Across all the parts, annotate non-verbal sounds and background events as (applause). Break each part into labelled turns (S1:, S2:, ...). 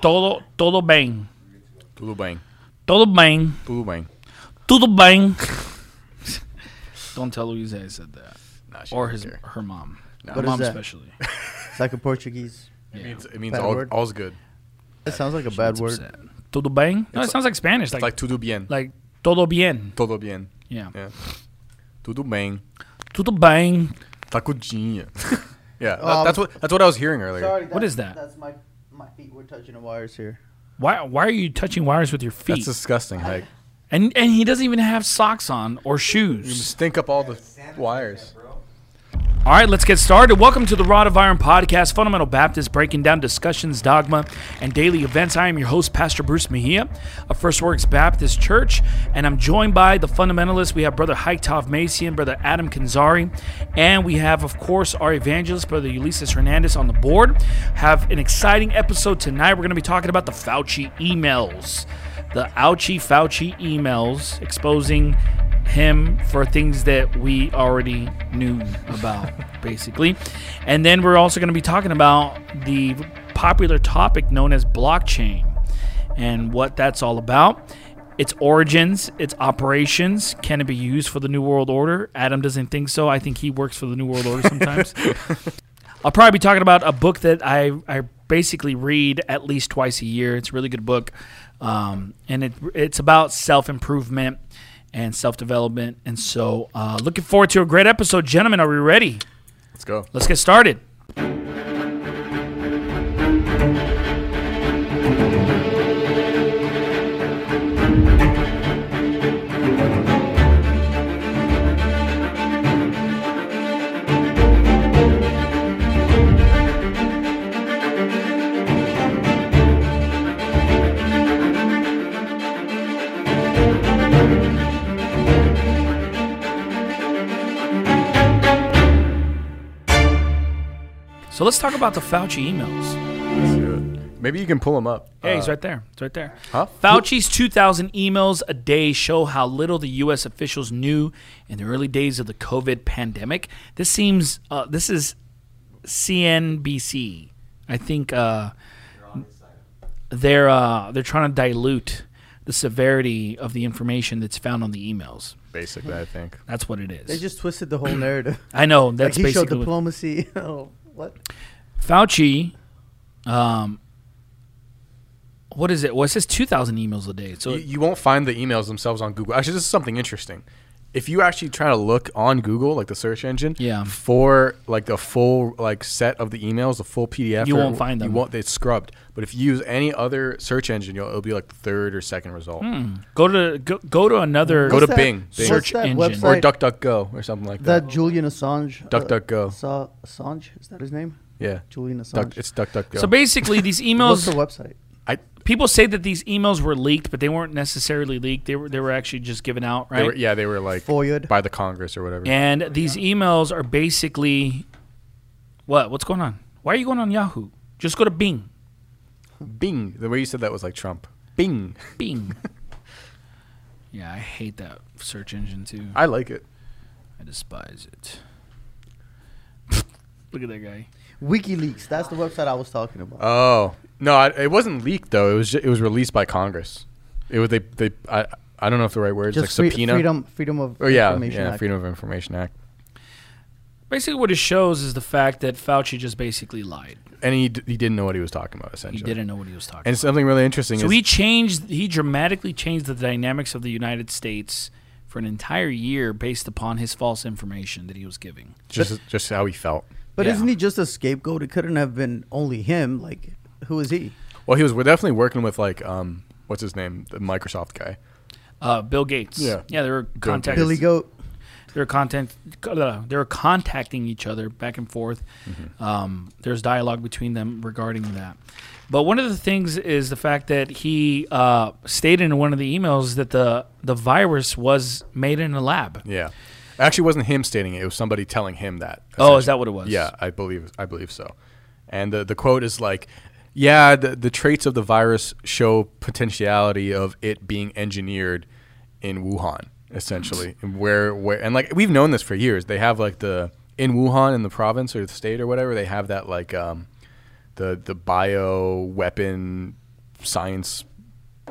S1: todo, todo bem.
S2: Tudo bem.
S1: Todo bem.
S2: Tudo bem.
S1: Tudo bem. Don't tell Louise I said that.
S2: Nah, she
S1: Or
S2: don't
S1: his,
S2: care.
S1: her mom.
S2: No.
S1: Her
S2: What
S1: mom,
S3: is that?
S1: especially.
S3: It's like a Portuguese.
S2: It means, it means
S3: Bad
S2: all,
S3: word.
S2: all's good.
S3: That sounds like a bad
S1: It's
S3: word.
S1: upset. Todo bem? No, it
S2: It's
S1: sounds like Spanish. Like,
S2: It's like
S1: like,
S2: tudo bien.
S1: todo bien.
S2: Todo bien.
S1: Yeah.
S2: Yeah. Tudo bem.
S1: Tudo bem.
S2: Tacudinha. (laughs) yeah. that-
S3: Um,
S2: that's what that's what I was hearing earlier.
S1: What is that?
S3: That's my my feet were touching the wires here.
S1: Why, why are you touching wires with your feet?
S2: That's disgusting. Like
S1: and, and he doesn't even have socks on or
S2: you
S1: shoes.
S2: stink up all the wires.
S1: All right, let's get started. Welcome to the Rod of Iron podcast, Fundamental Baptist, breaking down discussions, dogma, and daily events. I am your host, Pastor Bruce Mejia of First Works Baptist Church, and I'm joined by the fundamentalists. We have Brother Haiktov Macian, Brother Adam Kanzari, and we have, of course, our evangelist, Brother Ulysses Hernandez on the board. Have an exciting episode tonight. We're going to be talking about the Fauci emails, the ouchie Fauci emails exposing him for things that we already knew about, basically. And then we're also going to be talking about the popular topic known as blockchain and what that's all about. Its origins, its operations, can it be used for the New World Order? Adam doesn't think so. I think he works for the New World Order sometimes. I'll probably be talking about a book that I, I basically read at least twice a year. It's a really good book, um, and it, it's about self improvement and self development. And so, uh, looking forward to a great episode, gentlemen. Are we ready?
S2: Let's go.
S1: Let's get started. So let's talk about the Fauci emails.
S2: Let's do it. Maybe you can pull them up.
S1: Hey,
S2: Uh,
S1: he's right there. It's right there.
S2: huh?
S1: Fauci's 2,000 emails a day show how little the U.S. officials knew in the early days of the COVID pandemic. This seems, uh, this is CNBC. I think uh, they're uh, they're trying to dilute the severity of the information that's found on the emails.
S2: Basically, I think.
S1: That's what it is.
S3: They just twisted the (clears throat) whole narrative.
S1: I know that's
S3: like he showed
S1: basically what-
S3: diplomacy. (laughs) oh, what?
S1: Fauci. Um, what is it? Well, it says 2,000 emails a day. So
S2: You, you won't find the emails themselves on Google. Actually, this is something interesting. If you actually try to look on Google, like the search engine,
S1: Yeah.
S2: for like the full like set of the emails, the full PDF,
S1: You
S2: or-
S1: won't find them.
S2: You won't. It's scrubbed. But if you use any other search engine, you'll, it'll be like the third or second result,
S1: Hmm. go to go, go to another.
S2: Go to
S3: What's that-
S2: Bing.
S3: what's
S1: Search
S3: that
S1: engine.
S3: website
S2: or DuckDuckGo or something like that.
S3: that Julian Assange. uh,
S2: DuckDuckGo.
S3: Sa- Assange is that his name?
S2: yeah,
S3: Julian Assange.
S2: Duck, it's DuckDuckGo.
S1: So basically, (laughs) these
S3: What's the
S1: emails.
S3: website?
S2: I,
S1: People say that these emails were leaked, but they weren't necessarily leaked. They were they were actually just given out,
S2: they
S1: right?
S2: were, yeah, they were like
S3: Foiled.
S2: by the Congress or whatever.
S1: And these emails are basically, what? What's going on? Why are you going on Yahoo? Just go to Bing.
S2: Bing. The way you said that was like Trump. Bing.
S1: Bing. (laughs) yeah, I hate that search engine too.
S2: I like it.
S1: I despise it. (laughs) Look at that guy.
S3: WikiLeaks. That's the website I was talking about.
S2: Oh no, I, it wasn't leaked though. It was ju- it was released by Congress. It was they they I I don't know if the right word is like
S3: free-
S2: subpoena.
S3: freedom, freedom of
S2: Oh yeah,
S3: information.
S2: yeah,
S3: Act.
S2: Freedom of Information Act.
S1: Basically, what it shows is the fact that Fauci just basically lied.
S2: And he, d- he didn't know what he was talking about
S1: He
S2: essentially.
S1: didn't know what he was talking.
S2: And something really interesting
S1: So
S2: is
S1: he changed. He dramatically changed the dynamics of the United States for an entire year based upon his false information that he was giving.
S2: just just how he felt.
S3: But
S1: Yeah.
S3: isn't he just a scapegoat? It couldn't have been only him. Like, who is he?
S2: Well, he was we're definitely working with like um what's his name the Microsoft guy.
S1: Uh, Bill Gates.
S2: Yeah.
S1: Yeah. They were contacting.
S3: Billy Goat.
S1: They were content. Uh, they were contacting each other back and forth.
S2: Mm-hmm.
S1: Um, there's dialogue between them regarding that. But one of the things is the fact that he uh, stated in one of the emails that the the virus was made in a lab.
S2: Yeah, actually, it wasn't him stating it. It was somebody telling him that.
S1: Oh, is
S2: essentially.
S1: that what it was?
S2: Yeah, I believe I believe so. And the the quote is like, "Yeah, the the traits of the virus show potentiality of it being engineered in Wuhan, essentially, and where where and like we've known this for years. They have like the in Wuhan in the province or the state or whatever. They have that like um, the the bio weapon science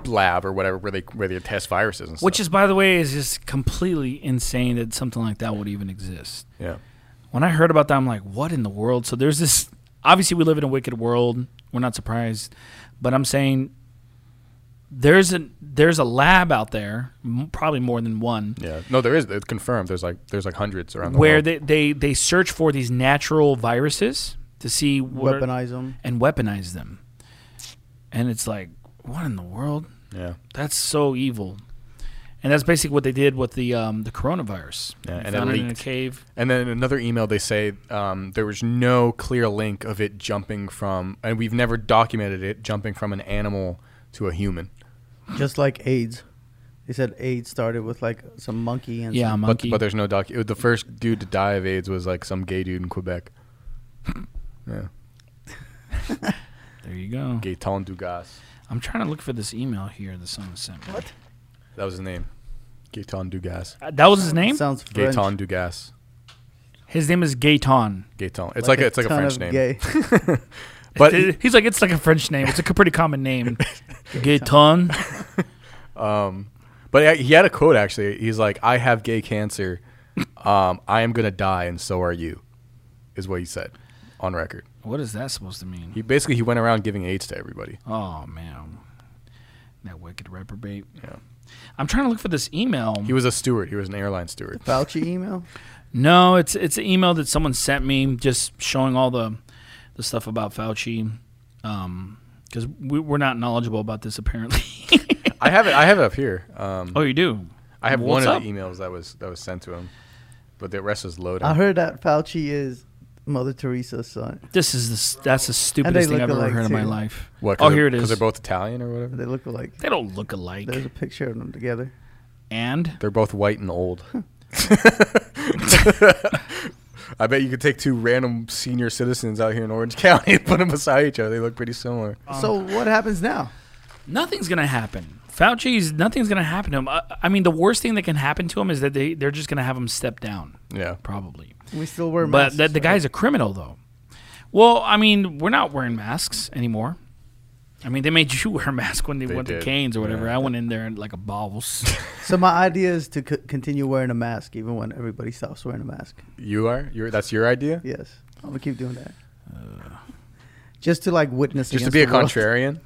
S2: lab or whatever where they where they test viruses and stuff.
S1: Which is, by the way, is just completely insane that something like that would even exist.
S2: yeah.
S1: When I heard about that, I'm like, what in the world? So there's this. Obviously, we live in a wicked world. We're not surprised, but I'm saying there's a there's a lab out there, m- probably more than one,
S2: Yeah. No, there is it's confirmed. There's like there's like hundreds around the
S1: where
S2: world.
S1: they, they they search for these natural viruses to see what
S3: Weaponize them.
S1: and weaponize them. And it's like, what in the world?
S2: yeah.
S1: That's so evil. And that's basically what they did with the um, the coronavirus.
S2: Yeah, and it
S1: found it in a
S2: leaked.
S1: cave.
S2: And then in another email, they say um, there was no clear link of it jumping from, and we've never documented it jumping from an animal to a human.
S3: Just like AIDS. They said AIDS started with like some monkey and
S1: Yeah,
S3: some-
S2: But,
S1: monkey.
S2: but there's no doc. The first dude to die of AIDS was like some gay dude in Quebec. Yeah,
S1: there you go.
S2: Gaetan Dugas.
S1: I'm trying to look for this email here that someone sent me. What?
S2: That was his name. Gaetan Dugas.
S1: that was his name.
S3: sounds French.
S2: Gaetan Dugas.
S1: His name is Gaetan.
S2: Gaetan. It's like, a, it's like a
S3: ton
S2: French
S3: of
S2: name. (laughs)
S3: gay.
S1: (laughs)
S2: But
S1: Th- he's like, it's like a French name. It's a pretty common
S2: (laughs)
S1: name. Gaetan.
S2: But he he had a quote actually. He's like, "I have gay cancer. Um, I am gonna die, and so are you," is what he said on record.
S1: What is that supposed to mean?
S2: He basically he went around giving AIDS to everybody.
S1: Oh man, that wicked reprobate.
S2: Yeah.
S1: I'm trying to look for this email.
S2: He was a steward. He was an airline steward.
S3: Fauci email.
S1: No, it's it's an email that someone sent me, just showing all the the stuff about Fauci, because we, we're not knowledgeable about this apparently. (laughs)
S2: I have it. I have it up here. Um,
S1: oh, you do.
S2: I have
S1: What's
S2: one
S1: up?
S2: of the emails that was that was sent to him, but uh, the rest is loaded.
S3: I heard that Fauci is Mother Teresa's son.
S1: This is the, s- that's the stupidest thing
S3: look
S1: I've ever
S3: alike,
S1: heard in my
S3: too.
S1: life.
S2: what?
S1: oh, here it
S2: Because
S1: is.
S2: they're both Italian or whatever.
S3: They look alike.
S1: They don't look alike.
S3: There's a picture of them together.
S1: And
S2: They're both white and old. (laughs) I bet you could take two random senior citizens out here in Orange (laughs) County and put them beside each other. They look pretty similar.
S1: Um,
S3: so what happens now?
S1: nothing's gonna happen. Fauci's nothing's gonna happen to him. I, I mean, the worst thing that can happen to him is that they they're just gonna have him step down,
S2: Yeah.
S1: probably.
S3: We still wear
S1: But
S3: masks.
S1: that the
S3: right?
S1: guy's a criminal, though. Well, I mean, we're not wearing masks anymore. I mean, they made you (laughs) wear a mask when they,
S2: They
S1: went
S2: did,
S1: to Canes or whatever.
S2: yeah.
S1: I went in there and like a balls.
S3: So my idea is to c- continue wearing a mask even when everybody stops wearing a mask.
S2: You are? You're, that's your idea?
S3: Yes, I'm gonna keep doing that.
S1: Uh.
S3: Just to like witness.
S2: Just to
S3: against
S2: be a
S3: the world.
S2: contrarian?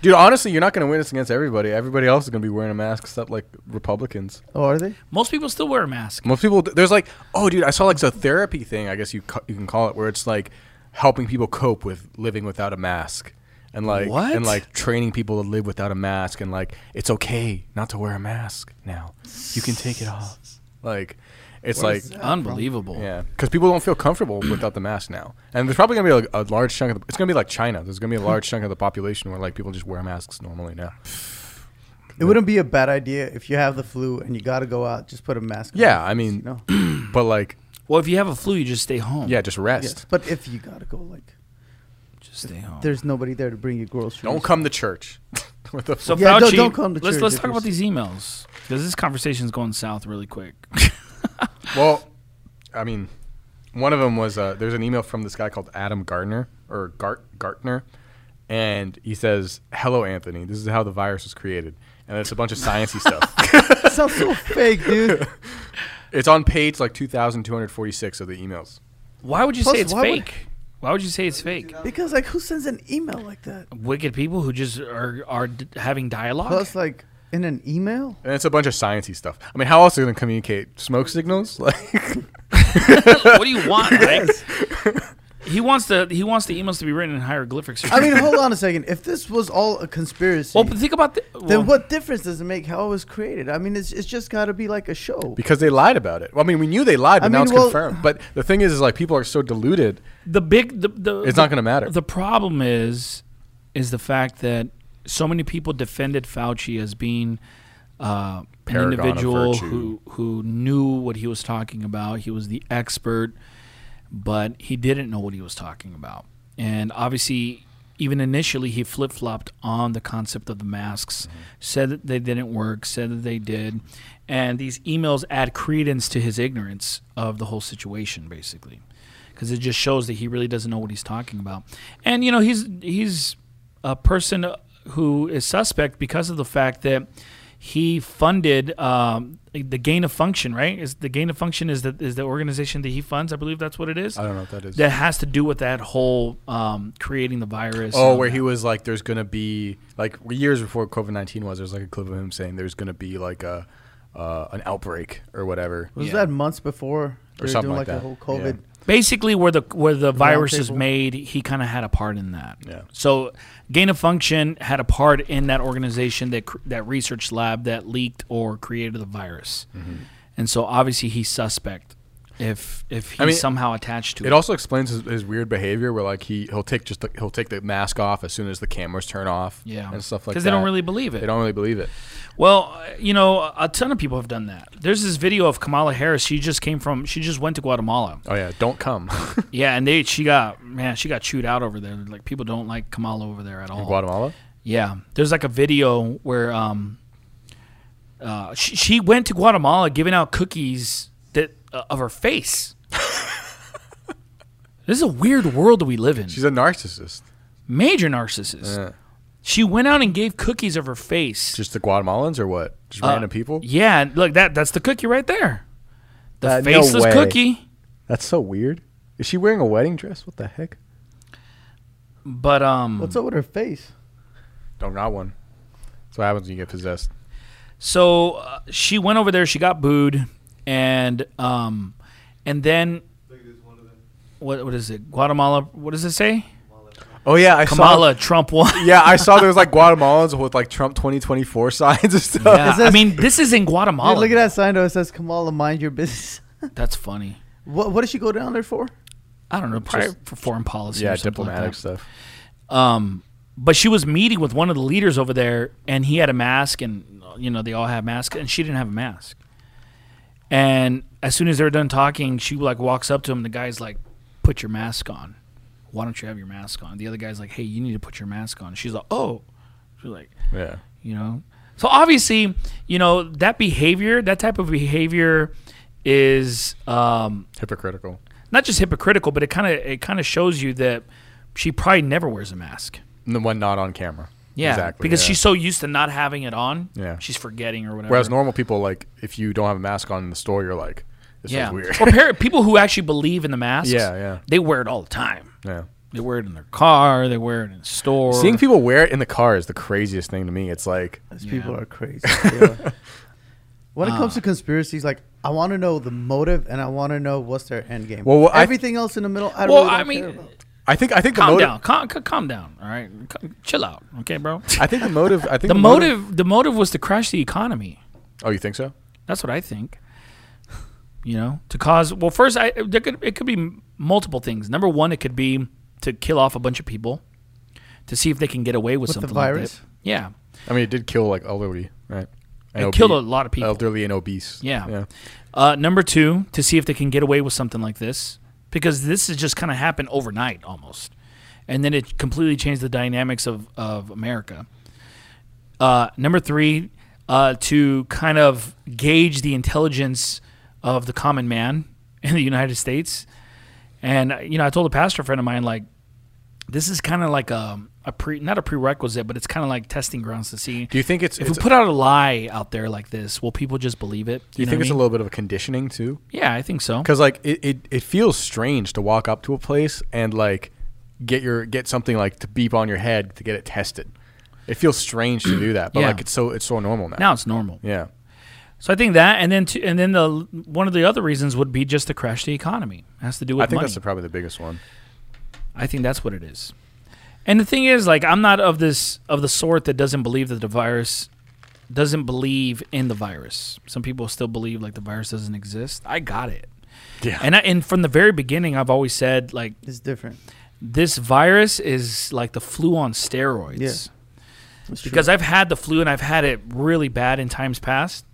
S2: Dude, honestly, you're not going to win this against everybody. Everybody else is going to be wearing a mask except like Republicans.
S3: Oh, are they?
S1: (laughs) Most people still wear a mask.
S2: Most people, there's like, oh, dude, I saw like a therapy thing, I guess you, ca- you can call it, where it's like helping people cope with living without a mask. And like,
S1: What?
S2: and like training people to live without a mask, and like, it's okay not to wear a mask now. You can take it off. Like, it's
S3: Where
S2: like,
S3: is that?
S1: Unbelievable.
S2: Yeah, because people don't feel comfortable (clears throat) without the mask now, and there's probably gonna be like a large chunk of the, it's gonna be like China. There's gonna be a large chunk of the population where like people just wear masks normally (clears throat) now.
S3: It wouldn't be a bad idea if you have the flu and you gotta go out. Just put a mask. on.
S2: Yeah, I mean-
S3: you know.
S2: But like,
S1: Well, if you have a flu, you just stay home.
S2: yeah, just
S3: Yes,
S2: rest.
S3: but if you gotta go, like,
S1: just stay home.
S3: there's nobody there to bring you groceries.
S2: Don't come to church. (laughs) what the
S1: so
S2: fuck?
S1: Fauci,
S3: Yeah, don't- don't come to
S1: let's
S3: church
S1: let's
S3: if
S1: talk
S3: you're
S1: about
S3: sick.
S1: these emails because this conversation's going south really quick.
S2: Well, I mean, one of them was uh, there's an email from this guy called Adam Gardner or Gart Gartner, and he says, "Hello, Anthony. This is how the virus was created." And it's a bunch of sciencey stuff. (laughs)
S3: That sounds so fake, dude.
S2: It's on page like 2,246 of the emails.
S1: why would you
S3: Plus,
S1: say it's
S3: why would-
S1: fake? why would you say it's fake?
S3: Because like, who sends an email like that?
S1: Wicked people who just are are d- having dialogue.
S3: Plus, like, in an email.
S2: And it's a bunch of sciencey stuff. I mean, how else are they going to communicate? Smoke signals? (laughs) Like,
S1: (laughs) what do you want?
S3: (laughs)
S1: Mike? He wants the he wants the emails to be written in hieroglyphics. Or
S3: I mean, hold on a second. If this was all a conspiracy,
S1: Well, but think about the,
S3: then
S1: well,
S3: what difference does it make how it was created? I mean, it's it's just got to be like a show.
S2: because they lied about it. Well, I mean, we knew they lied, but
S3: I
S2: now
S3: mean,
S2: it's
S3: well-
S2: confirmed. But the thing is, is like people are so deluded.
S1: the big the, the
S2: It's
S1: the-
S2: not gonna matter.
S1: The problem is is the fact that so many people defended Fauci as being uh, an
S2: Paragon of
S1: individual
S2: virtue.
S1: who who knew what he was talking about. He was the expert, but he didn't know what he was talking about. And obviously, even initially, he flip flopped on the concept of the masks,
S2: Mm-hmm.
S1: said that they didn't work, said that they did. And these emails add credence to his ignorance of the whole situation, basically, because it just shows that he really doesn't know what he's talking about. And, you know, he's, he's a person who is suspect because of the fact that he funded um, the gain of function. Right? Is the gain of function is the is the organization that he funds? I believe that's what it is.
S2: I don't know what that is.
S1: That has to do with that whole um, creating the virus.
S2: Oh,
S1: and
S2: where he was like, "There's gonna be like years before COVID nineteen was." There's like a clip of him saying, "There's gonna be like a uh, an outbreak or whatever."
S3: Was
S2: Yeah.
S3: that months before? They were
S2: something
S3: doing
S2: like
S3: a
S2: that.
S3: whole COVID.
S1: basically where the where the virus is
S3: table.
S1: made he kind of had a part in that
S2: Yeah.
S1: so gain of function had a part in that organization that cr- that research lab that leaked or created the virus
S2: Mm-hmm.
S1: and so obviously he's suspect if if he's
S2: I mean,
S1: somehow attached to it,
S2: It also explains his, his weird behavior, where like he he'll take just the, he'll take the mask off as soon as the cameras turn off,
S1: yeah
S2: and stuff like that.
S1: because they don't really believe it
S2: they don't really believe it.
S1: Well, uh, you know, a ton of people have done that. There's this video of Kamala Harris. She just came from. She just went to Guatemala.
S2: Oh yeah, don't
S3: (laughs)
S2: come. (laughs)
S1: Yeah, and they she got man, she got chewed out over there. Like people don't like Kamala over there at all.
S2: Guatemala.
S1: Yeah, there's like a video where um, uh, she, she went to Guatemala giving out cookies that uh, of her
S2: (laughs)
S1: face. this is a weird world that we live in.
S2: She's a narcissist.
S1: Major narcissist.
S2: Yeah.
S1: She went out and gave cookies of her face.
S2: Just the Guatemalans or what?
S1: Uh,
S2: Just random people.
S1: Yeah, and look that that's the cookie right there. The
S2: Uh, no
S1: faceless
S2: way.
S1: cookie.
S2: That's so weird. Is she wearing a wedding dress? What the heck?
S1: But um
S3: What's up with her face?
S2: Don't got one. That's what happens when you get possessed.
S1: so uh, she went over there, she got booed and um and then what what is it? Guatemala what does it say?
S2: Oh yeah, I
S1: Kamala Trump won.
S2: Saw, yeah, I saw there was
S1: (laughs)
S2: like Guatemalans with like Trump twenty twenty four (laughs) signs and stuff.
S1: Yeah, I
S3: says-
S1: mean, this is in Guatemala.
S3: Dude, look at that sign though. It says Kamala, mind your business. (laughs)
S1: That's funny.
S3: what, what did she go down there for?
S1: I don't know, probably
S2: Just-
S1: for foreign policy.
S2: Yeah,
S1: or something like
S2: diplomatic
S1: that.
S2: stuff.
S1: Um, but she was meeting with one of the leaders over there, and he had a mask, and you know they all have masks, and she didn't have a mask. And as soon as they were done talking, she like walks up to him. The guy's like, "Put your mask on. Why don't you have your mask on?" The other guy's like, "Hey, you need to put your mask on." She's like, "Oh," she's like,
S2: Yeah.
S1: you know. So obviously, you know that behavior, that type of behavior, is um,
S2: Hypocritical.
S1: not just hypocritical, but it kind of it kind of shows you that she probably never wears a mask.
S2: The one not on camera.
S1: Yeah,
S2: Exactly.
S1: Because
S2: yeah.
S1: she's so used to not having it on.
S2: Yeah.
S1: she's forgetting or whatever.
S2: Whereas normal people, like, if you don't have a mask on in the store, you're like, this
S1: yeah,
S2: is (laughs) weird.
S1: or par- people who actually believe in the masks.
S2: Yeah, yeah.
S1: They wear it all the time.
S2: yeah.
S1: They wear it in their car. They wear it in the store.
S2: Seeing people wear it in the car is the craziest thing to me. It's like,
S3: These
S1: Yeah. Ah.
S3: people are
S1: (laughs)
S3: crazy. They are. when it comes to conspiracies, like I want to know the motive and I want to know what's their end game.
S2: Well, what I-
S3: everything else in the middle, I
S1: well,
S3: really don't
S1: I mean,
S3: care about.
S2: I think, I think the
S1: calm
S2: motive,
S1: down. Calm, c- calm down. All right, C- chill out. Okay, bro.
S2: I think (laughs) the motive, I think
S1: the motive, the motive was to crash the economy.
S2: Oh, you think so?
S1: That's what I think. You know, to cause well, first I there could it could be m- multiple things. Number one, it could be to kill off a bunch of people to see if they can get away with,
S3: With the
S1: something
S3: virus?
S1: like that. Yeah,
S2: I mean, it did kill like elderly, right? And
S1: it
S2: obe-
S1: killed a lot of people.
S2: elderly and obese.
S1: Yeah.
S2: yeah.
S1: Uh, number two, to see if they can get away with something like this because this has just kind of happened overnight almost, and then it completely changed the dynamics of of America. Uh, number three, uh, to kind of gauge the intelligence of the common man (laughs) in the United States. And uh, you know, I told a pastor friend of mine like, this is kind of like a, a pre not a prerequisite, but it's kind of like testing grounds to see.
S2: Do you think it's,
S1: if
S2: it's
S1: we put out a lie out there like this, will people just believe it?
S2: do you,
S1: know
S2: think
S1: what
S2: it's
S1: I
S2: a
S1: mean?
S2: little bit of a conditioning too?
S1: Yeah, I think so.
S2: Because like it, it, it feels strange to walk up to a place and like get your get something like to beep on your head to get it tested. It feels strange to do that, but
S1: Yeah.
S2: like it's so it's so normal now.
S1: Now it's normal.
S2: Yeah.
S1: So I think that, and then to, and then the one of the other reasons would be just to crash the economy. It has to do with
S2: I think
S1: money.
S2: that's the, probably the biggest one.
S1: I think that's what it is. And the thing is, like, I'm not of this of the sort that doesn't believe that the virus doesn't believe in the virus. Some people still believe like the virus doesn't exist. I got it.
S2: Yeah.
S1: And I, and from the very beginning, I've always said like
S3: It's different.
S1: this virus is like the flu on steroids.
S3: Yeah. It's
S1: because I've had the flu and I've had it really bad in times past,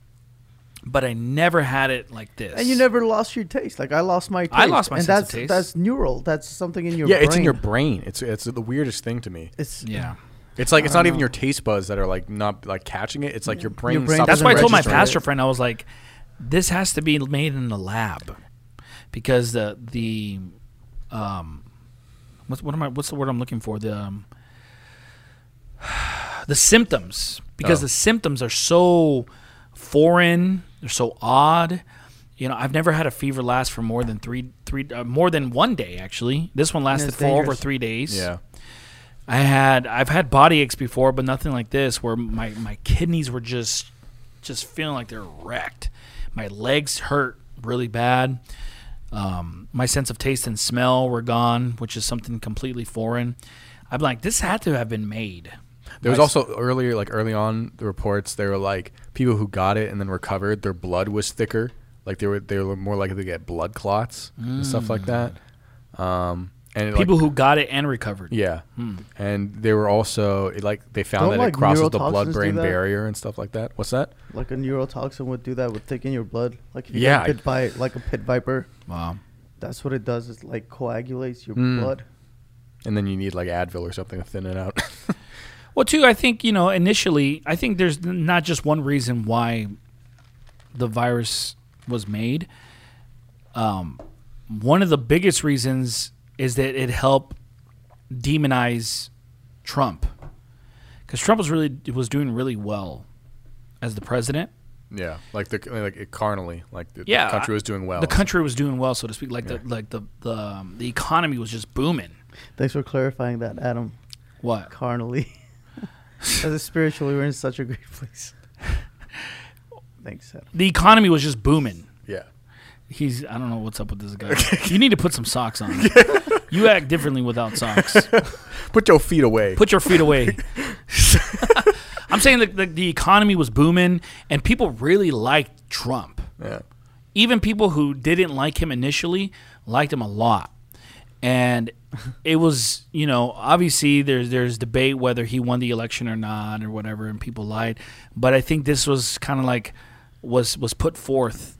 S1: but I never had it like this.
S3: And you never lost your taste. Like I lost my taste.
S1: I lost my
S3: and
S1: sense
S3: that's,
S1: of taste.
S3: That's neural. That's something in your
S2: yeah,
S3: brain.
S2: it's in your brain. It's it's the weirdest thing to me.
S3: It's
S1: Yeah.
S2: It's like it's not even your taste buds that are like not like catching it. It's like your brain.
S3: brain
S2: stops
S1: That's why I
S3: Doesn't
S1: told my
S2: registering it.
S1: pastor friend I was like, this has to be made in the lab, because the the um, what's what am I? What's the word I'm looking for? The um, (sighs) the symptoms because
S2: Oh.
S1: the symptoms are so foreign, they're so odd. You know, I've never had a fever last for more than three, three, uh, more than one day actually. This one lasted
S3: it's
S1: for over
S3: dangerous.
S1: three days.
S2: Yeah.
S1: I had, I've had body aches before, but nothing like this, where my my kidneys were just, just feeling like they're wrecked. My legs hurt really bad. Um, my sense of taste and smell were gone, which is something completely foreign. I'm like, this had to have been made.
S2: There was
S1: My-
S2: also earlier, like early on, the reports they were like people who got it and then recovered, their blood was thicker. Like they were, they were more likely to get blood clots and stuff
S3: Mm.
S2: like that. Um, and it, like-
S1: people who got it and recovered.
S2: yeah, and they were also it, like they found
S3: Hmm. Don't,
S2: that
S3: like,
S2: it crosses the
S3: neurotoxins
S2: blood-brain
S3: do that?
S2: barrier and stuff like that. What's that?
S3: Like a neurotoxin would do that, would thicken your blood. Like if you
S2: Yeah.
S3: get bit by like a pit viper,
S1: Wow.
S3: that's what it does. It's like coagulates your
S1: Hmm.
S2: Mm.
S3: blood.
S2: And then you need like Advil or something to thin it out. (laughs)
S1: Well, too, I think you know initially, I think there's n- not just one reason why the virus was made. Um, one of the biggest reasons is that it helped demonize Trump, because Trump was really was doing really well as the president.
S2: yeah, like the like it carnally, like the, the
S1: Yeah,
S2: country
S1: I-
S2: was doing well.
S1: The country was doing well, so to speak. Like the like the the um, the economy was just booming.
S3: Thanks for clarifying that, Adam.
S1: What?
S3: Carnally, (laughs) as a spiritually, we're in such a great place. (laughs) Thanks, Adam.
S1: The economy was just booming.
S2: Yeah,
S1: He's I don't know what's up with this guy. you need to put some socks on. you act differently without socks.
S2: put your feet away.
S1: Put your feet away. I'm saying that the, the economy was booming and people really liked Trump.
S2: yeah,
S1: Even people who didn't like him initially liked him a lot. And it was, you know, obviously there's there's debate whether he won the election or not or whatever and people lied, but I think this was kind of like was was put forth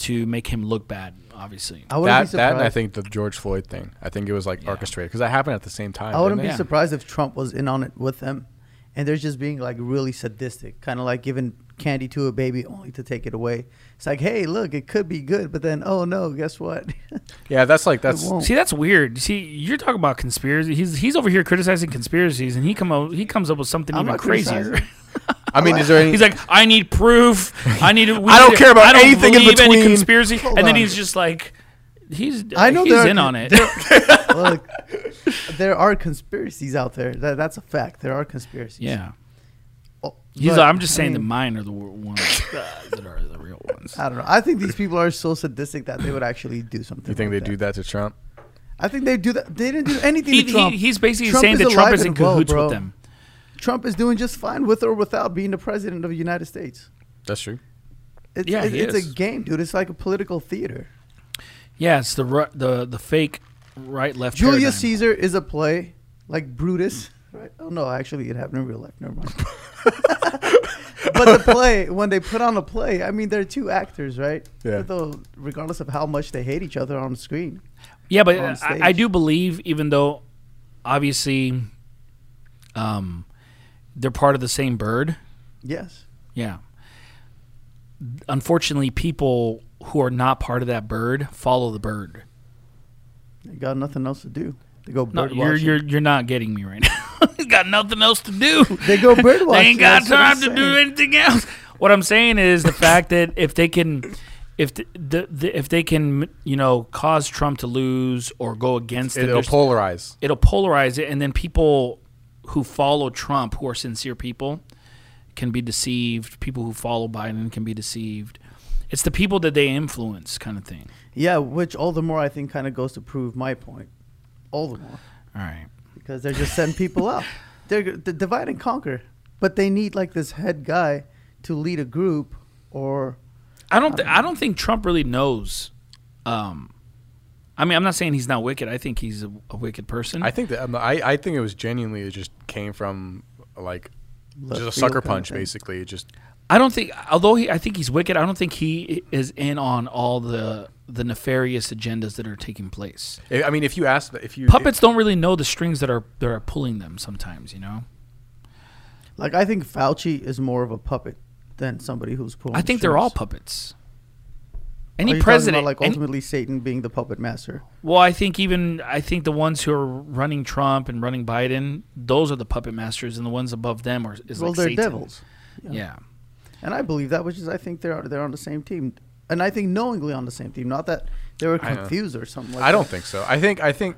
S1: to make him look bad, obviously.
S3: I wouldn't
S2: that
S3: be
S2: that
S3: surprised.
S2: and I think the George Floyd thing. I think it was like orchestrated because that happened at the same time.
S3: I wouldn't be
S2: didn't it?
S3: surprised if Trump was in on it with him, and they're just being like really sadistic, kind of like giving candy to a baby only to take it away. It's like, hey, look, it could be good, but then, oh no, guess what? (laughs)
S2: Yeah, that's like that's
S3: won't.
S1: See, that's weird. See, you're talking about conspiracy. He's he's over here criticizing conspiracies, and he come out, he comes up with something
S3: I'm
S1: even
S3: not
S1: crazier.
S3: criticizing.
S2: I mean, is there
S1: (laughs)
S2: any?
S1: he's like, I need proof. I need. We
S2: I don't
S1: need-
S2: care about
S1: I don't
S2: anything in
S1: believe Any
S2: between."
S1: conspiracy,
S3: Hold
S1: and then
S3: on.
S1: he's just like, he's
S3: I know
S1: he's
S3: there are
S1: in
S3: con-
S1: on it.
S3: look, there are conspiracies out there. That, that's a fact. There are
S1: (laughs)
S3: conspiracies. (laughs)
S1: yeah,
S3: Oh,
S1: he's.
S3: but,
S1: like, I'm just
S3: I
S1: saying
S3: mean,
S1: that mine are the wor- ones that are the real ones.
S3: (laughs) I don't know. I think these people are so sadistic that they would actually do something.
S2: you think they
S3: like
S2: do
S3: that.
S2: that to Trump?
S3: I think they do that. They didn't do anything
S1: He,
S3: to Trump.
S1: he, he's basically
S3: Trump
S1: saying
S3: is
S1: that Trump
S3: alive
S1: is in
S3: and well,
S1: cahoots
S3: bro.
S1: with them.
S3: Trump is doing just fine with or without being the president of the United States.
S2: That's true.
S3: It's,
S1: Yeah,
S3: it's,
S1: he
S3: it's
S1: is.
S3: a game, dude. It's like a political theater.
S1: Yeah, it's the ri- the the fake right left.
S3: Julius
S1: paradigm.
S3: Caesar is a play, like Brutus. Right? Oh no, actually, it happened in real life. Never mind. (laughs) but the play, when they put on a play, I mean, they're two actors, right?
S2: Yeah.
S3: Though, regardless of how much they hate each other on screen,
S1: Yeah, but
S3: on
S1: I, I
S3: stage.
S1: do believe, even though obviously um, they're part of the same bird.
S3: yes.
S1: Yeah. Unfortunately, people who are not part of that bird follow the bird.
S3: They got nothing else to do. They go
S1: No,
S3: bird
S1: you're,
S3: watching.
S1: you're you're not getting me right now. (laughs) He's got nothing else to do.
S3: (laughs) They go bird
S1: (laughs)
S3: watching.
S1: They ain't got
S3: that's what I'm
S1: time to do
S3: saying.
S1: anything else. What I'm saying is the fact that if they can, if the, the, the if they can, you know, cause Trump to lose or go against
S2: It'll
S1: there's-
S2: polarize.
S1: it'll polarize it, and then people who follow Trump, who are sincere people, can be deceived. People who follow Biden can be deceived. It's the people that they influence, kind of thing.
S3: Yeah, which all the more I think kind of goes to prove my point. All the more.
S1: All right.
S3: because they're just sending
S1: (laughs)
S3: people out. They're g- the divide and conquer, but they need like this head guy to lead a group or
S1: I don't. Th- I don't think Trump really knows. Um, I mean, I'm not saying he's not wicked. I think he's a, a wicked person.
S2: I think that um, I, I think it was genuinely it just came from like just a
S3: Left field
S2: sucker
S3: kind of
S2: punch
S3: thing.
S2: basically. It Just
S1: I don't think, although he, I think he's wicked, I don't think he i- is in on all the the nefarious agendas that are taking place.
S2: I I mean, if you ask if you
S1: Puppets don't really know the strings that are that are pulling them sometimes. You know.
S3: like I think Fauci is more of a puppet than somebody who's pulling.
S1: I
S3: the
S1: think they're all
S3: strings.
S1: puppets.
S3: Are
S1: Any
S3: you talking about,
S1: president,
S3: like
S1: any-
S3: ultimately Satan being the puppet master.
S1: well, I think even I think the ones who are running Trump and running Biden, those are the puppet masters, and the ones above them are is
S3: well,
S1: like
S3: they're
S1: Satan.
S3: devils,
S1: Yeah.
S3: and I believe that, which is I think they're they're on the same team, and I think knowingly on the same team, not that they were
S2: I know.
S3: confused or something. like
S2: I don't
S3: that.
S2: think so. I think I think.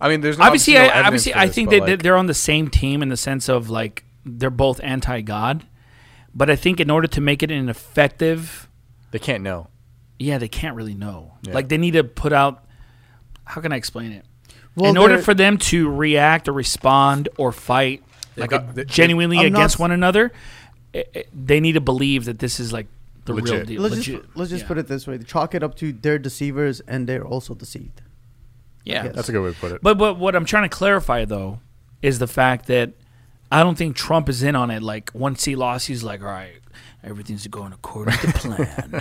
S2: I mean, there's
S1: obviously,
S2: no
S1: I,
S2: evidence
S1: obviously,
S2: for
S1: I
S2: this,
S1: think
S2: but,
S1: that
S2: like,
S1: they're on the same team in the sense of like they're both anti-God, but I think in order to make it an effective,
S2: they can't know.
S1: yeah, they can't really know.
S2: Yeah.
S1: Like they need to put out. How can I explain it?
S3: Well,
S1: in order
S3: they're-
S1: for them to react or respond or fight,
S2: They
S1: like
S2: got-
S1: a-
S2: they-
S1: genuinely
S3: I'm not
S1: against
S3: s-
S1: one another, i- i- they need to believe that this is like the real
S2: Legit.
S1: deal.
S3: Let's
S1: Legit.
S3: just let's just
S1: Yeah.
S3: put it this way: chalk it up to they're deceivers and they're also deceived.
S1: Yeah,
S3: Yes.
S2: That's a good way to put it.
S1: But but what I'm trying to clarify though is the fact that I don't think Trump is in on it. Like once he lost, he's like, all right, everything's going according to
S2: (laughs)
S1: plan.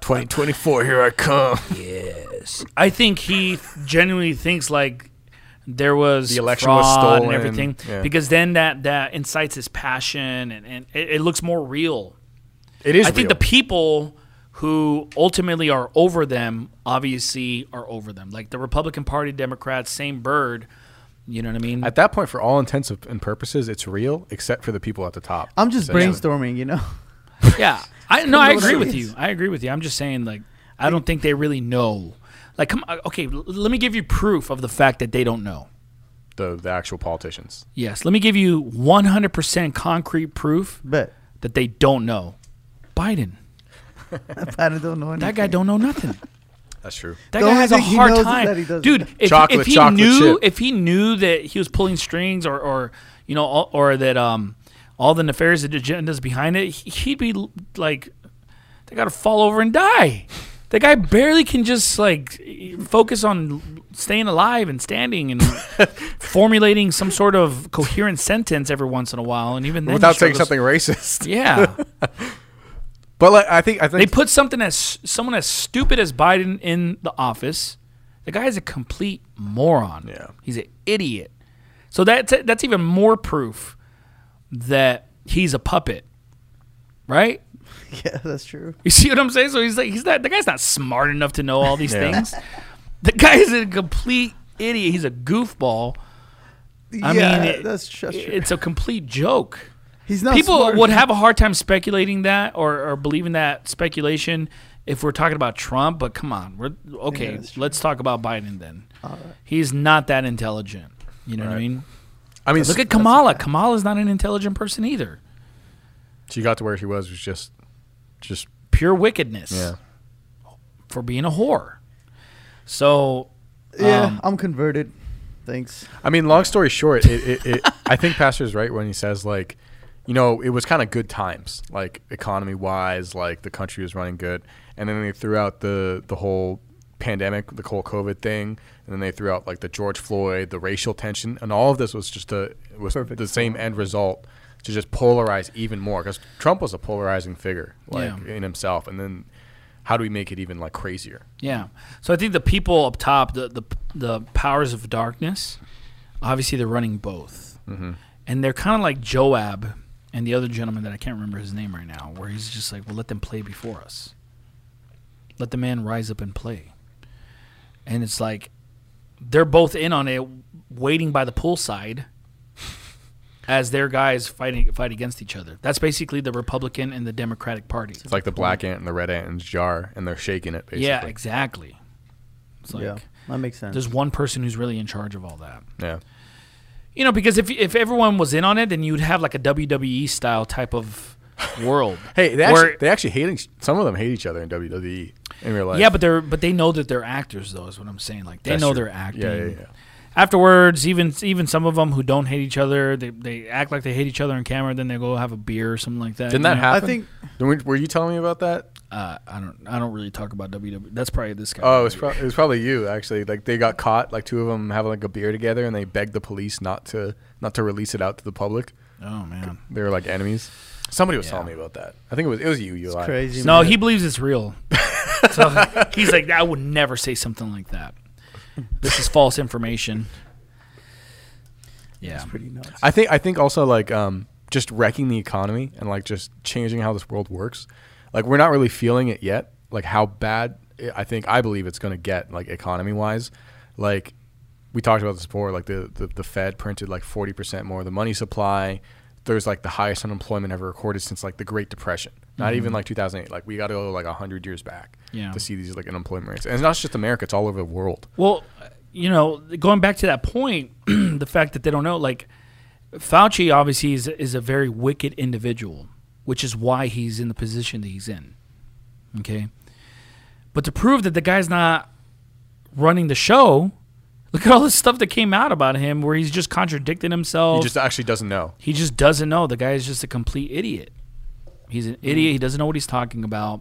S2: 2024, here I come.
S1: yes, I think he genuinely thinks like there was
S2: The election
S1: fraud
S2: was
S1: and
S2: stolen,
S1: everything
S2: yeah.
S1: because then that that incites his passion and, and it, it looks more real.
S2: It is.
S1: I think
S2: real.
S1: the people who ultimately are over them obviously are over them. Like the Republican Party, Democrats, same bird. You know what I mean?
S2: at that point, for all intents and purposes, it's real, except for the people at the top.
S3: I'm just
S2: essentially.
S3: brainstorming, you know. (laughs)
S1: Yeah, I no, I agree with
S3: serious.
S1: you. I agree with you. I'm just saying, like, I don't think they really know. Like, come, uh, okay, l- let me give you proof of the fact that they don't know.
S2: The, the actual politicians.
S1: Yes, let me give you 100% concrete proof
S3: But
S1: that they don't know. Biden,
S3: I don't know. Anything.
S1: that guy don't know nothing.
S2: That's true.
S1: That
S3: The
S1: guy
S3: only
S1: has a
S3: thing he
S1: hard
S3: knows is that he
S1: time,
S3: doesn't.
S1: dude. If,
S2: Chocolate,
S1: if he
S2: chocolate
S1: knew,
S2: chip.
S1: if he knew that he was pulling strings, or, or you know, all- or that um, all the nefarious agendas behind it, he- he'd be l- like, they got to fall over and die. The guy barely can just like focus on staying alive and standing
S2: (laughs)
S1: and formulating some sort of coherent sentence every once in a while, and even then he
S2: Without saying
S1: struggles.
S2: something racist.
S1: Yeah,
S2: But like, I think I
S1: they
S2: think
S1: put something as someone as stupid as Biden in the office. The guy is a complete moron.
S2: Yeah.
S1: he's an idiot. So that's that's even more proof that he's a puppet, right? (laughs)
S3: (laughs) Yeah, that's true.
S1: You see what I'm saying? So he's like, he's not the guy's not smart enough to know all these
S2: Yeah.
S1: things. The guy is a complete idiot. He's a goofball. I
S3: yeah,
S1: mean, it-
S3: that's, tr- that's true.
S1: It's a complete joke.
S3: He's not.
S1: People
S3: smart.
S1: would have a hard time speculating that or, or believing that speculation if we're talking about Trump. But come on, we're okay.
S3: Yeah, that's true.
S1: let's talk about Biden then. He's not that intelligent. You know what I
S2: Right.
S1: mean?
S2: I mean
S1: Look at Kamala. Kamala's not an intelligent person either.
S2: she got to where she was was just just
S1: Pure wickedness
S2: yeah.
S1: for being a whore. So
S3: Yeah,
S1: um,
S3: I'm converted. Thanks.
S2: I mean, long story short, it, it, it I think Pastor's right when he says like, you know, it was kind of good times, like economy wise, like the country was running good, and then they threw out the the whole pandemic, the whole COVID thing, and then they threw out like the George Floyd, the racial tension, and all of this was just a was the same end result to just polarize even more because Trump was a polarizing figure like
S1: Yeah.
S2: in himself, and then how do we make it even like crazier?
S1: Yeah. So I think the people up top, the the, the powers of darkness, obviously they're running both,
S2: Mm-hmm.
S1: and they're kind of like Joab and the other gentleman that I can't remember his name right now, where he's just like, "Well, let them play before us. Let the man rise up and play." And it's like they're both in on it, waiting by the poolside. (laughs) As their guys fighting fight against each other. That's basically the Republican and the Democratic Party.
S2: It's like the black ant and the red ant in a jar, and they're shaking it basically.
S1: Yeah, exactly. It's like
S3: yeah, that makes sense.
S1: there's one person who's really in charge of all that.
S2: yeah.
S1: You know, because if if everyone was in on it, then you'd have like a WWE style type
S2: (laughs)
S1: of world.
S2: Hey, they
S1: where-
S2: actually, they actually hate each, some of them hate each other in WWE in real life.
S1: yeah, but they're but they know that they're actors, though. Is what I'm saying. Like they
S2: That's
S1: know
S2: true.
S1: they're acting.
S2: Yeah, yeah, yeah.
S1: Afterwards, even even some of them who don't hate each other, they, they act like they hate each other on camera. Then they go have a beer or something like that.
S2: Didn't
S1: you
S2: that
S1: know?
S2: happen?
S3: I think
S2: Then we- Were you telling me about that?
S1: Uh, I don't I don't really talk about WWE. That's probably this guy.
S2: Oh, it was, prob- it was probably you actually. Like they got caught, like two of them having like a beer together, and they begged the police not to not to release it out to the public.
S1: oh man.
S2: They were like enemies. Somebody was telling
S1: Yeah.
S2: me about that. I think it was it was you. You lied.
S3: crazy.
S1: No,
S3: man.
S1: he believes it's real. so (laughs) he's like, I would never say something like that. This is false information. Yeah.
S3: That's pretty nuts.
S2: I think I think also like um, just wrecking the economy and like just changing how this world works. Like we're not really feeling it yet. like how bad I- I think I believe it's going to get like economy wise. Like we talked about this before, like the, the, the Fed printed like 40% more of the money supply. There's like the highest unemployment ever recorded since like the Great Depression. Not even like 2008. Like we got to go like 100 years back
S1: Yeah.
S2: to see these like unemployment rates. And it's not just America, it's all over the world.
S1: Well, you know, going back to that point, (clears throat) the fact that they don't know, like, Fauci obviously is is a very wicked individual, which is why he's in the position that he's in. Okay, but to prove that the guy's not running the show, (laughs) look at all the stuff that came out about him, where he's just contradicting himself.
S2: He just actually doesn't know.
S1: He just doesn't know. The guy is just a complete idiot. He's an idiot. He doesn't know what he's talking about,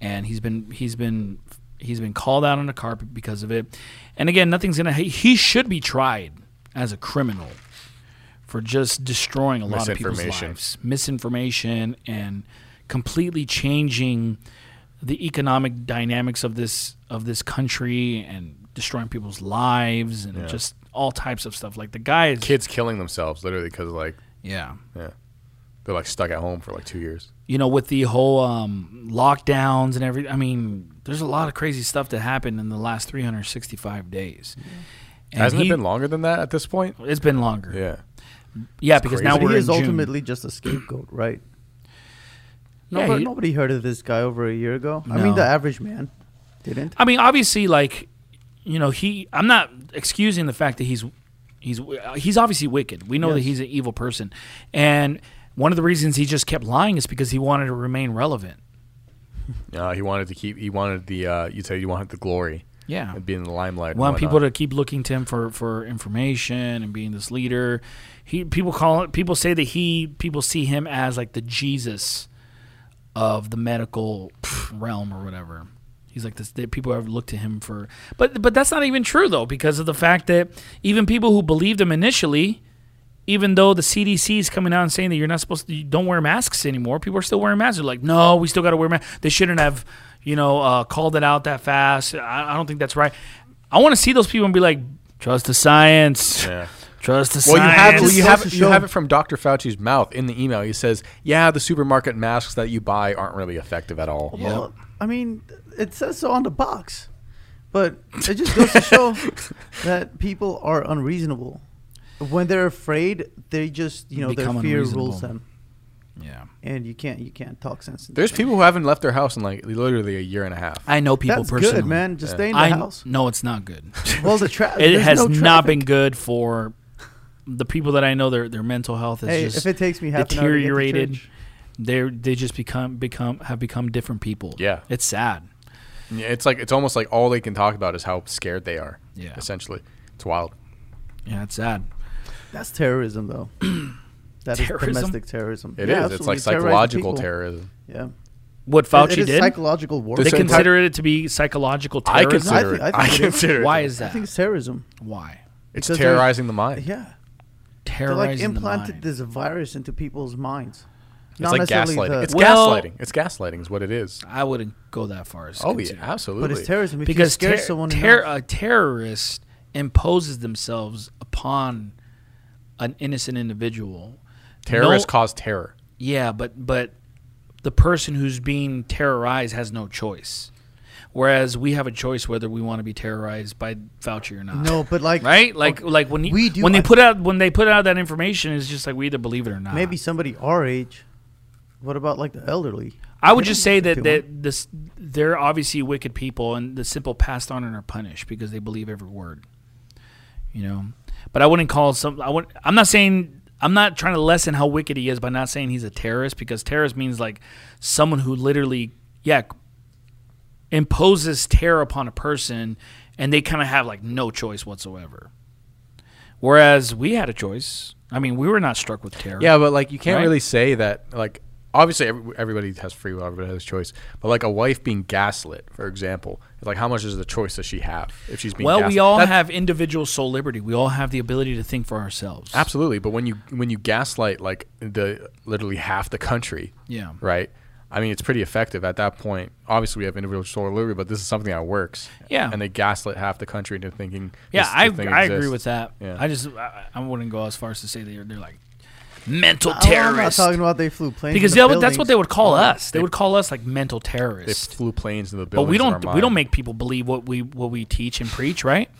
S1: and he's been he's been he's been called out on the carpet because of it. And again, nothing's gonna. He, he should be tried as a criminal for just destroying a lot of people's
S2: Misinformation.
S1: lives, misinformation, and completely changing the economic dynamics of this of this country and destroying people's lives and just all types of stuff. Like the guy is,
S2: Kids killing themselves literally because like
S1: yeah.
S2: yeah, they're like stuck at home for like two years.
S1: you know, with the whole um, lockdowns and every, I mean, there's a lot of crazy stuff that happened in the last 365 days. And
S2: Hasn't
S1: he-
S2: it been longer than that at this point?
S1: It's been longer. Yeah,
S2: Yeah.
S1: because
S2: crazy.
S1: now
S2: But
S1: we're
S3: he
S1: in
S3: is
S1: June.
S3: ultimately just a scapegoat, right?
S1: Yeah,
S3: Nobody,
S1: he-
S3: nobody heard of this guy over a year ago. I mean,
S1: No.
S3: the average man didn't.
S1: I mean, obviously, like, you know, he. I'm not excusing the fact that he's, he's, he's obviously wicked. We know that
S3: Yes.
S1: he's an evil person, and one of the reasons he just kept lying is because he wanted to remain relevant.
S2: Uh, he wanted to keep. He wanted the. Uh, you say you wanted the glory.
S1: Yeah.
S2: And being in the limelight. and
S1: want people
S2: whatnot.
S1: to keep looking to him for, for information and being this leader. He people call it people say that he people see him as like the Jesus of the medical realm or whatever. He's like this. That people have looked to him for, but but that's not even true though because of the fact that even people who believed him initially, even though the CDC is coming out and saying that you're not supposed to, you don't wear masks anymore, people are still wearing masks. They're like, no, we still got to wear masks. They shouldn't have, you know, uh, called it out that fast. I, I don't think that's right. I want to see those people and be like, trust the science.
S2: Yeah.
S1: Trust the
S2: Well, you have
S1: science.
S2: well, you
S3: Just
S2: have
S3: goes to
S2: you
S3: show-
S2: have it from Dr. Fauci's mouth in the email. He says, "Yeah, the supermarket masks that you buy aren't really effective at all."
S3: Well, I mean, it says so on the box, but it just goes
S1: (laughs)
S3: to show that people are unreasonable. When they're afraid, they just you know
S1: Become
S3: their fear
S1: unreasonable.
S3: rules them,
S1: yeah.
S3: and you can't you can't talk sense. into
S2: There's
S3: them.
S2: people who haven't left their house in like literally a year and a half.
S1: I know people
S3: That's
S1: personally.
S3: good, man. Just stay in the
S1: I,
S3: house.
S1: No, it's not
S3: (laughs)
S1: good.
S3: Well, the tra-
S1: (laughs) it
S3: there's
S1: has
S3: no
S1: not
S3: traffic.
S1: been good for the people that I know. Their their mental health is
S3: Hey,
S1: just
S3: if it takes me half an hour to get to
S1: deteriorated.
S3: church.
S1: They they just become become have become different people.
S2: Yeah.
S1: it's sad.
S2: Yeah, It's like it's almost like all they can talk about is how scared they are.
S1: Yeah.
S2: Essentially, it's wild.
S1: Yeah, it's sad.
S3: That's terrorism,
S1: (clears throat)
S3: though. That is
S1: Terrorism?
S3: domestic terrorism.
S2: It is.
S3: Yeah,
S2: It's like
S3: absolutely. Terrorizing
S2: psychological
S3: people.
S2: terrorism.
S3: Yeah.
S1: What
S3: It-
S1: Fauci
S3: it is
S1: did,
S3: psychological war.
S1: they
S2: This entire-
S1: consider it to be psychological
S2: I
S1: terrorism.
S2: consider
S3: I
S2: it.
S3: think-
S2: (laughs)
S3: I
S2: I
S3: think it is.
S2: consider it.
S1: Why is
S3: I
S1: that?
S3: think it's terrorism.
S1: Why
S2: it's
S3: because
S2: terrorizing the mind?
S3: Yeah. They like
S1: terrorizing the
S3: implanted
S1: mind.
S3: this virus into people's minds.
S2: It's like gaslighting.
S3: the-
S2: it's
S1: Well-
S2: gaslighting. It's gaslighting is what it is.
S1: I wouldn't go that far. As to
S2: Oh yeah,
S1: consider it.
S2: absolutely.
S3: but it's terrorism. If you
S1: because
S3: scare
S1: ter-
S3: someone
S1: ter-
S3: enough,
S1: a terrorist imposes themselves upon an innocent individual.
S2: Terrorists
S1: No-
S2: cause terror.
S1: Yeah, but but the person who's being terrorized has no choice. Whereas we have a choice whether we want to be terrorized by Fauci or not.
S3: no, but
S1: (laughs)
S3: like
S1: Right? Like like when he,
S3: We do-
S1: when they
S3: I-
S1: put out when they put out that information it's just like we either believe it or not.
S3: maybe somebody our age. What about like the elderly? Oh,
S1: I would
S3: They
S1: just
S3: don't
S1: say
S3: need to
S1: that
S3: do one.
S1: that this they're obviously wicked people and the simple passed on and are punished because they believe every word. You know. But I wouldn't call some I would I'm not saying I'm not trying to lessen how wicked he is by not saying he's a terrorist because terrorist means like someone who literally yeah imposes terror upon a person and they kind of have like no choice whatsoever. Whereas we had a choice. I mean, we were not struck with terror.
S2: Yeah, but like you can't
S1: Right?
S2: really say that. Like obviously, every, everybody has free will. Everybody has choice. But like a wife being gaslit, for example, like how much is the choice does she have if she's being?
S1: Well, we
S2: gaslit?
S1: all
S2: That-
S1: have individual soul liberty. We all have the ability to think for ourselves.
S2: absolutely. But when you when you gaslight like the literally half the country,
S1: Yeah.
S2: right. I mean, it's pretty effective at that point. Obviously, we have individual soul liberty, but this is something that works.
S1: Yeah.
S2: and they gaslit half the country into thinking.
S1: Yeah,
S2: this- this
S1: I
S2: thing
S1: I agree
S2: exists.
S1: with that.
S2: Yeah.
S1: I just I, I wouldn't go as far as to say that they're, they're like mental
S3: Oh, I'm not
S1: terrorists.
S3: talking about they flew planes
S1: because
S3: into
S1: that would- that's what
S3: buildings.
S1: they would call
S3: Oh,
S1: us. They
S2: They-
S1: would call us like mental
S2: They
S1: terrorists.
S2: flew planes in the
S1: But
S2: building.
S1: we don't we don't make people believe what we what we teach and preach, right?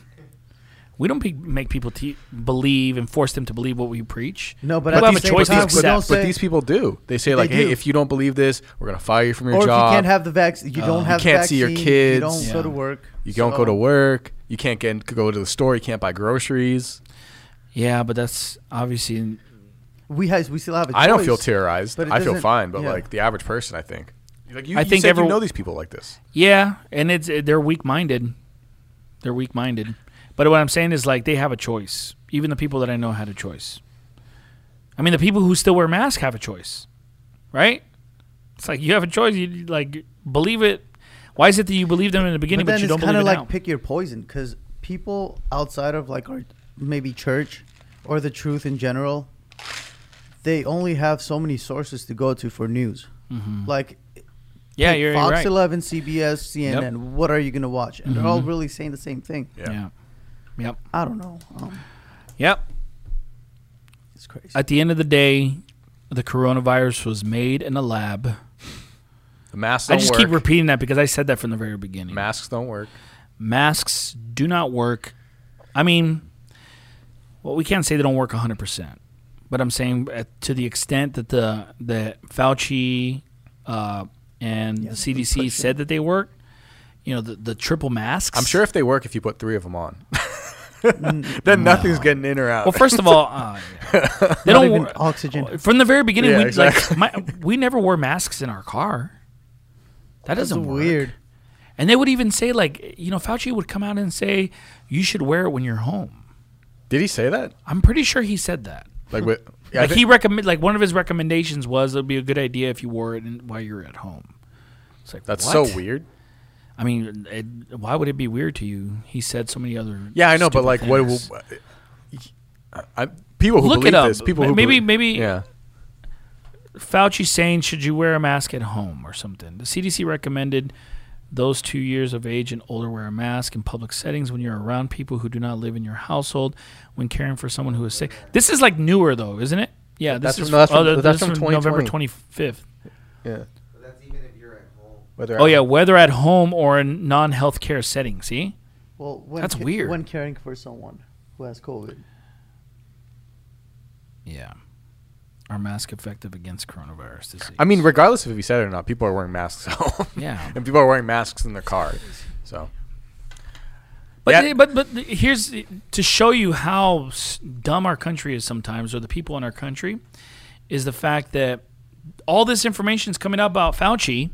S1: We don't pe- make people te- believe and force them to believe what we preach.
S3: No, but
S1: people
S3: at
S1: have
S3: the
S1: a
S3: same
S1: choice to
S3: time, we
S1: accept.
S3: don't
S2: But
S3: say-
S2: these people do. They say like,
S3: They
S2: "Hey,
S3: do.
S2: if you don't believe this, we're gonna fire you from your
S3: Or
S2: job.
S3: if you can't have the vaccine, you don't
S2: Uh, you
S3: have the
S2: can't see your
S3: vaccine,
S2: kids.
S3: You don't
S1: Yeah.
S3: go to work.
S2: you don't
S3: so-
S2: go to work. You can't get go to the store. You can't buy groceries."
S1: yeah, but that's obviously
S3: We has we still have. a
S2: I don't feel
S3: choice.
S2: terrorized.
S3: but it
S2: I feel
S3: doesn't-
S2: fine, but
S3: yeah.
S2: like the average person, I think. Like you,
S1: I
S2: I
S1: think
S2: think
S1: every-
S2: you know these people like this.
S1: yeah, and it's they're weak minded. They're weak minded. But what I'm saying is like they have a choice. Even the people that I know had a choice. I mean, the people who still wear masks have a choice, right? It's like you have a choice. You like believe it. Why is it that you believe them in the beginning, but,
S3: then
S1: you don't
S3: it's
S1: believe
S3: kind
S1: it
S3: of like
S1: now?
S3: pick your poison because people outside of like our maybe church or the truth in general, they only have so many sources to go to for news. Like
S1: Mm-hmm. yeah,
S3: pick
S1: you're
S3: Fox
S1: right.
S3: 11, CBS, CNN. What are you gonna watch? And they're all
S1: Mm-hmm.
S3: really saying the same thing.
S1: Yeah. Yep.
S3: I don't know. Um,
S1: Yep.
S3: it's crazy.
S1: At the end of the day, the coronavirus was made in a lab.
S2: The masks
S1: I
S2: don't
S1: just
S2: work.
S1: keep repeating that because I said that from the very beginning.
S2: masks don't work.
S1: Masks do not work. I mean, well, we can't say they don't work 100%, but I'm saying uh, to the extent that the that Fauci uh, and
S3: Yeah,
S1: the CDC
S3: push it.
S1: said that they work, you know, the, the triple masks.
S2: I'm sure if they work, if you put three of them on, (laughs) Mm, then nothing's getting in or out.
S1: Well, first of all,
S2: (laughs)
S1: uh, they
S3: Not
S1: don't oh,
S3: even
S1: wor-
S3: oxygen.
S1: From the very beginning,
S2: Yeah,
S1: we
S2: exactly.
S1: like my, we never wore masks in our car. That
S3: That's
S1: doesn't work.
S3: weird.
S1: And they would even say like, you know, Fauci would come out and say, "You should wear it when you're home."
S2: Did he say that?
S1: I'm pretty sure he said that.
S2: Like with (laughs) yeah, I
S1: Like
S2: thi-
S1: he recommend, like one of his recommendations was it'd be a good idea if you wore it in, while you're at home. It's like
S2: That's
S1: what?
S2: so weird.
S1: I mean, it, why would it be weird to you? He said so many other.
S2: Yeah, I know, but
S1: stupid
S2: like, what?
S1: things.
S2: I, I- people who
S1: Look it
S2: believe
S1: up.
S2: this, people who
S1: Maybe-
S2: believe-
S1: maybe-
S2: yeah.
S1: Fauci saying, should you wear a mask at home or something? The CDC recommended those two years of age and older wear a mask in public settings when you're around people who do not live in your household when caring for someone who is sick. This is like newer though, isn't it? Yeah, this
S2: That's
S1: is
S2: from- no, that's
S1: oh,
S2: from-
S1: th-
S2: that's
S1: this is
S2: from
S1: November
S2: 2020.
S1: 25th.
S2: Yeah.
S4: But that's even if you're at home.
S2: Whether
S1: Oh yeah, whether at home or in non-healthcare setting. See,
S3: Well, when
S1: That's
S3: ca-
S1: weird.
S3: When caring for someone who has COVID,
S1: yeah, are masks effective against coronavirus disease?
S2: I mean, regardless of if he said it or not, people are wearing masks at home.
S1: Yeah.
S2: (laughs) and people are wearing masks in their car. So
S1: But,
S2: Yeah.
S1: they- but but th- here's to show you how s- dumb our country is sometimes, or the people in our country, is the fact that all this information is coming out about Fauci,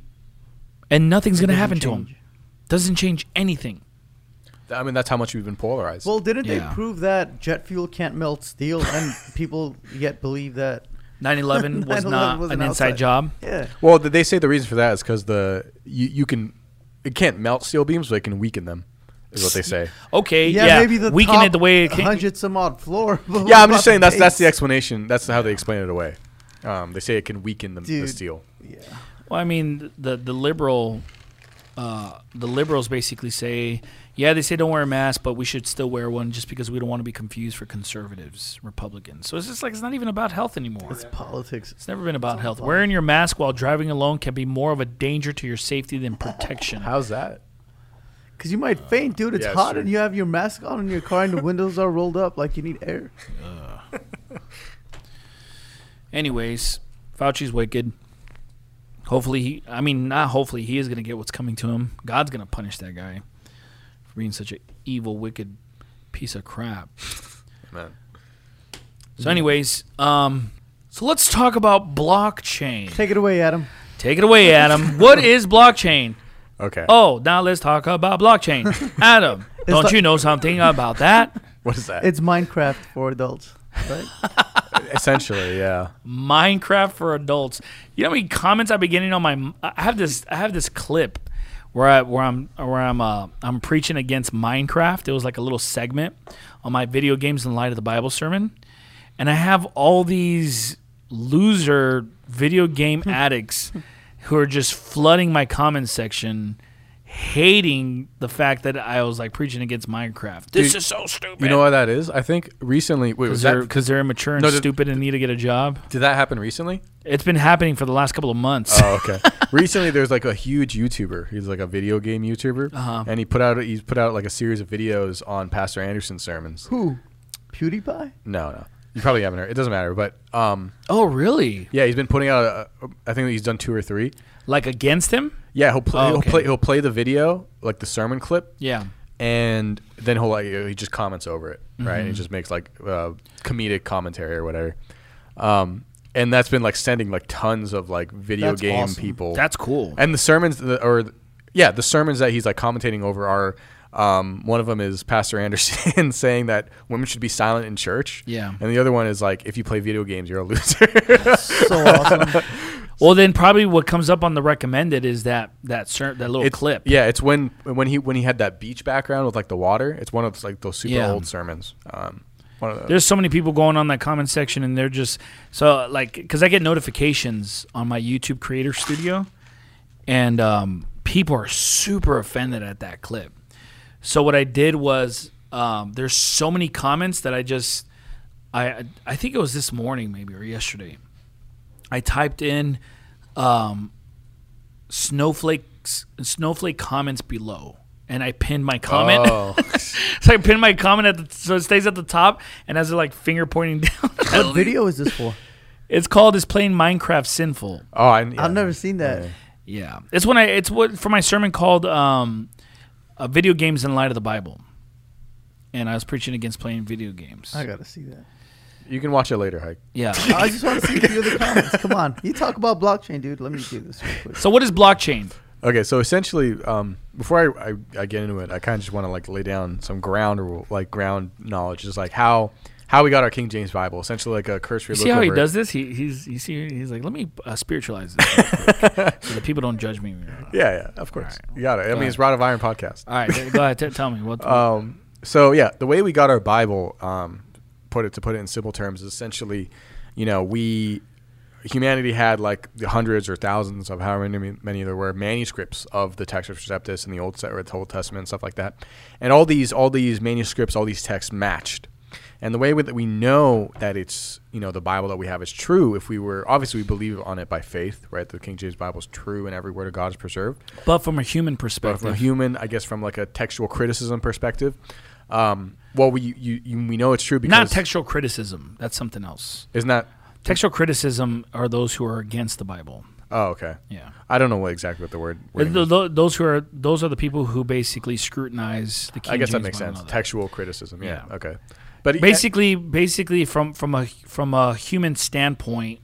S1: and nothing's going to
S3: doesn't
S1: happen to him.
S3: change.
S1: Doesn't change
S3: (laughs)
S1: anything.
S2: I mean, that's how much we've been polarized.
S3: Well, didn't
S1: Yeah.
S3: they prove that jet fuel can't melt steel, and people yet believe that?
S1: 9/11 was
S3: 9/11
S1: not
S3: was
S1: an,
S3: an
S1: inside
S3: outside.
S1: job.
S3: Yeah,
S2: Well, th- they say the reason for that is because the you, you can it can't melt steel beams, but it can weaken them. Is what they say.
S1: Okay, yeah,
S3: yeah, maybe the
S1: weaken
S3: top
S1: it the way it
S3: (laughs)
S1: can.
S3: hundred some odd floor. (laughs)
S2: yeah, I'm just saying that's that's the explanation. That's how they explain it away. Um, they say it can weaken the, the
S3: Dude.
S2: steel.
S3: Yeah.
S1: Well, I mean, the the liberal, uh, the liberals basically say, yeah, they say don't wear a mask, but we should still wear one just because we don't want to be confused for conservatives, Republicans. So it's just like it's not even about health anymore.
S3: It's politics.
S1: It's never been about health.
S3: about-
S1: Wearing your mask while driving alone can be more of a danger to your safety than
S2: (laughs)
S1: protection.
S2: How's that?
S3: Cause you might faint, dude. It's
S2: yeah,
S3: hot,
S2: sure.
S3: and you have your mask on in your car, and the windows are rolled up, like you need air.
S1: Anyways, Fauci's wicked. Hopefully, he, I mean, not hopefully, he is going to get what's coming to him. God's going to punish that guy for being such an evil, wicked piece of crap.
S2: Man.
S1: So, anyways, um, so let's talk about blockchain.
S3: Take it away, Adam.
S1: Take it away, Adam. what is blockchain?
S2: Okay.
S1: Oh, now let's talk about blockchain. Adam, don't
S3: like-
S1: you know something about that?
S2: (laughs) What is that?
S3: It's Minecraft for adults.
S2: (laughs)
S1: (laughs)
S2: essentially yeah.
S1: Minecraft for adults. You know how many comments I've been getting on my? I have this. I have this clip where I where I'm where I'm uh, I'm preaching against Minecraft. It was like a little segment on my video games in light of the Bible sermon, and I have all these loser video game addicts who are just flooding my comment section hating the fact that I was like preaching against Minecraft. This is so stupid.
S2: You know why that is? I think recently. Wait, was
S1: Because
S2: that?
S1: they're, 'cause they're immature and
S2: No, the-
S1: stupid and need to get a job.
S2: did that happen recently?
S1: It's been happening for the last couple of months.
S2: Oh, okay. Recently, there's like a huge YouTuber. He's like a video game YouTuber,
S1: Uh-huh.
S2: and he put out he's put out like a series of videos on Pastor Anderson's sermons.
S3: Who? PewDiePie?
S2: No, no, you probably haven't heard. It doesn't matter, but um,
S1: oh, really?
S2: yeah, he's been putting out. A, a, I think he's done two or three.
S1: Like against him?
S2: Yeah, he'll play.
S1: Oh,
S2: he'll
S1: okay.
S2: play. He'll play the video like the sermon clip,
S1: Yeah.
S2: and then he'll like he just comments over it, right?
S1: Mm-hmm.
S2: And he just makes like uh, comedic commentary or whatever. Um, and that's been like sending like tons of like video
S3: That's
S2: game
S3: awesome.
S2: people.
S1: That's cool.
S2: and the sermons that, or yeah the sermons that he's like commentating over are um, one of them is pastor (laughs) anderson saying that women should be silent in church
S1: Yeah.
S2: and the other one is like if you play video games you're a loser
S3: So awesome.
S1: Well, then probably what comes up on the recommended is that that cer- that little
S2: It's-
S1: clip.
S2: yeah it's when when he when he had that beach background with like the water it's one of those like those super
S1: Yeah.
S2: old sermons um, one of those.
S1: There's so many people going on that comment section, and they're just so like because I get notifications on my YouTube Creator Studio, and um, people are super offended at that clip. So what I did was um, there's so many comments that I just I I think it was this morning maybe or yesterday. I typed in um, snowflakes snowflake comments below, and I pinned my comment. (laughs)
S2: oh
S1: So I pin my comment at the so it stays at the top and has it like finger pointing (laughs) down.
S3: what video is this for?
S1: it's called "Is Playing Minecraft Sinful."
S2: oh I, yeah.
S3: I've never seen that.
S1: Yeah, it's when I it's what for my sermon called um, uh, "Video Games in Light of the Bible," and I was preaching against playing video games.
S3: I gotta see that.
S2: you can watch it later hike
S1: yeah.
S3: I just want to see a few of the comments. Come on, you talk about blockchain, dude. Let me do this real quick.
S1: so what is (laughs) blockchain?
S2: Okay, so essentially, um, before I, I, I get into it, I kind of just want to like lay down some ground or like ground knowledge, just like how how we got our King James Bible, essentially like a cursory
S1: You
S2: look.
S1: see how he
S2: over it.
S1: does this? He he's you see he's like, let me uh, spiritualize this real quick so that people don't judge (laughs) me.
S2: (laughs) Yeah, yeah, of course, you got it. I mean, it's Rod of Iron podcast.
S1: All right, go ahead. T- tell me what.
S2: Um, so yeah, the way we got our Bible, um, put it to put it in simple terms, is essentially, you know, we humanity had like the hundreds or thousands of however many, many there were manuscripts of the text of Receptus and the Old Se- or the Old Testament and stuff like that, and all these all these manuscripts, all these texts matched. And the way that we know that it's you know the Bible that we have is true, if we were obviously we believe on it by faith, right? The King James Bible is true, and every word of God is preserved
S1: but from a human
S2: but from a
S1: perspective,
S2: human, I guess, from like a textual criticism perspective, um, well, we you, you we know it's true because
S1: not textual criticism. That's something else.
S2: Isn't that?
S1: Textual criticism are those who are against the Bible.
S2: Oh, okay.
S1: Yeah.
S2: I don't know what exactly what the word. wording
S1: Th-
S2: is.
S1: th- those who are those are the people who basically scrutinize the King
S2: I guess that
S1: James
S2: makes
S1: Bible and
S2: sense.
S1: all that.
S2: Textual criticism. Yeah.
S1: Yeah.
S2: Okay. But
S1: basically, basically from from a from a human standpoint,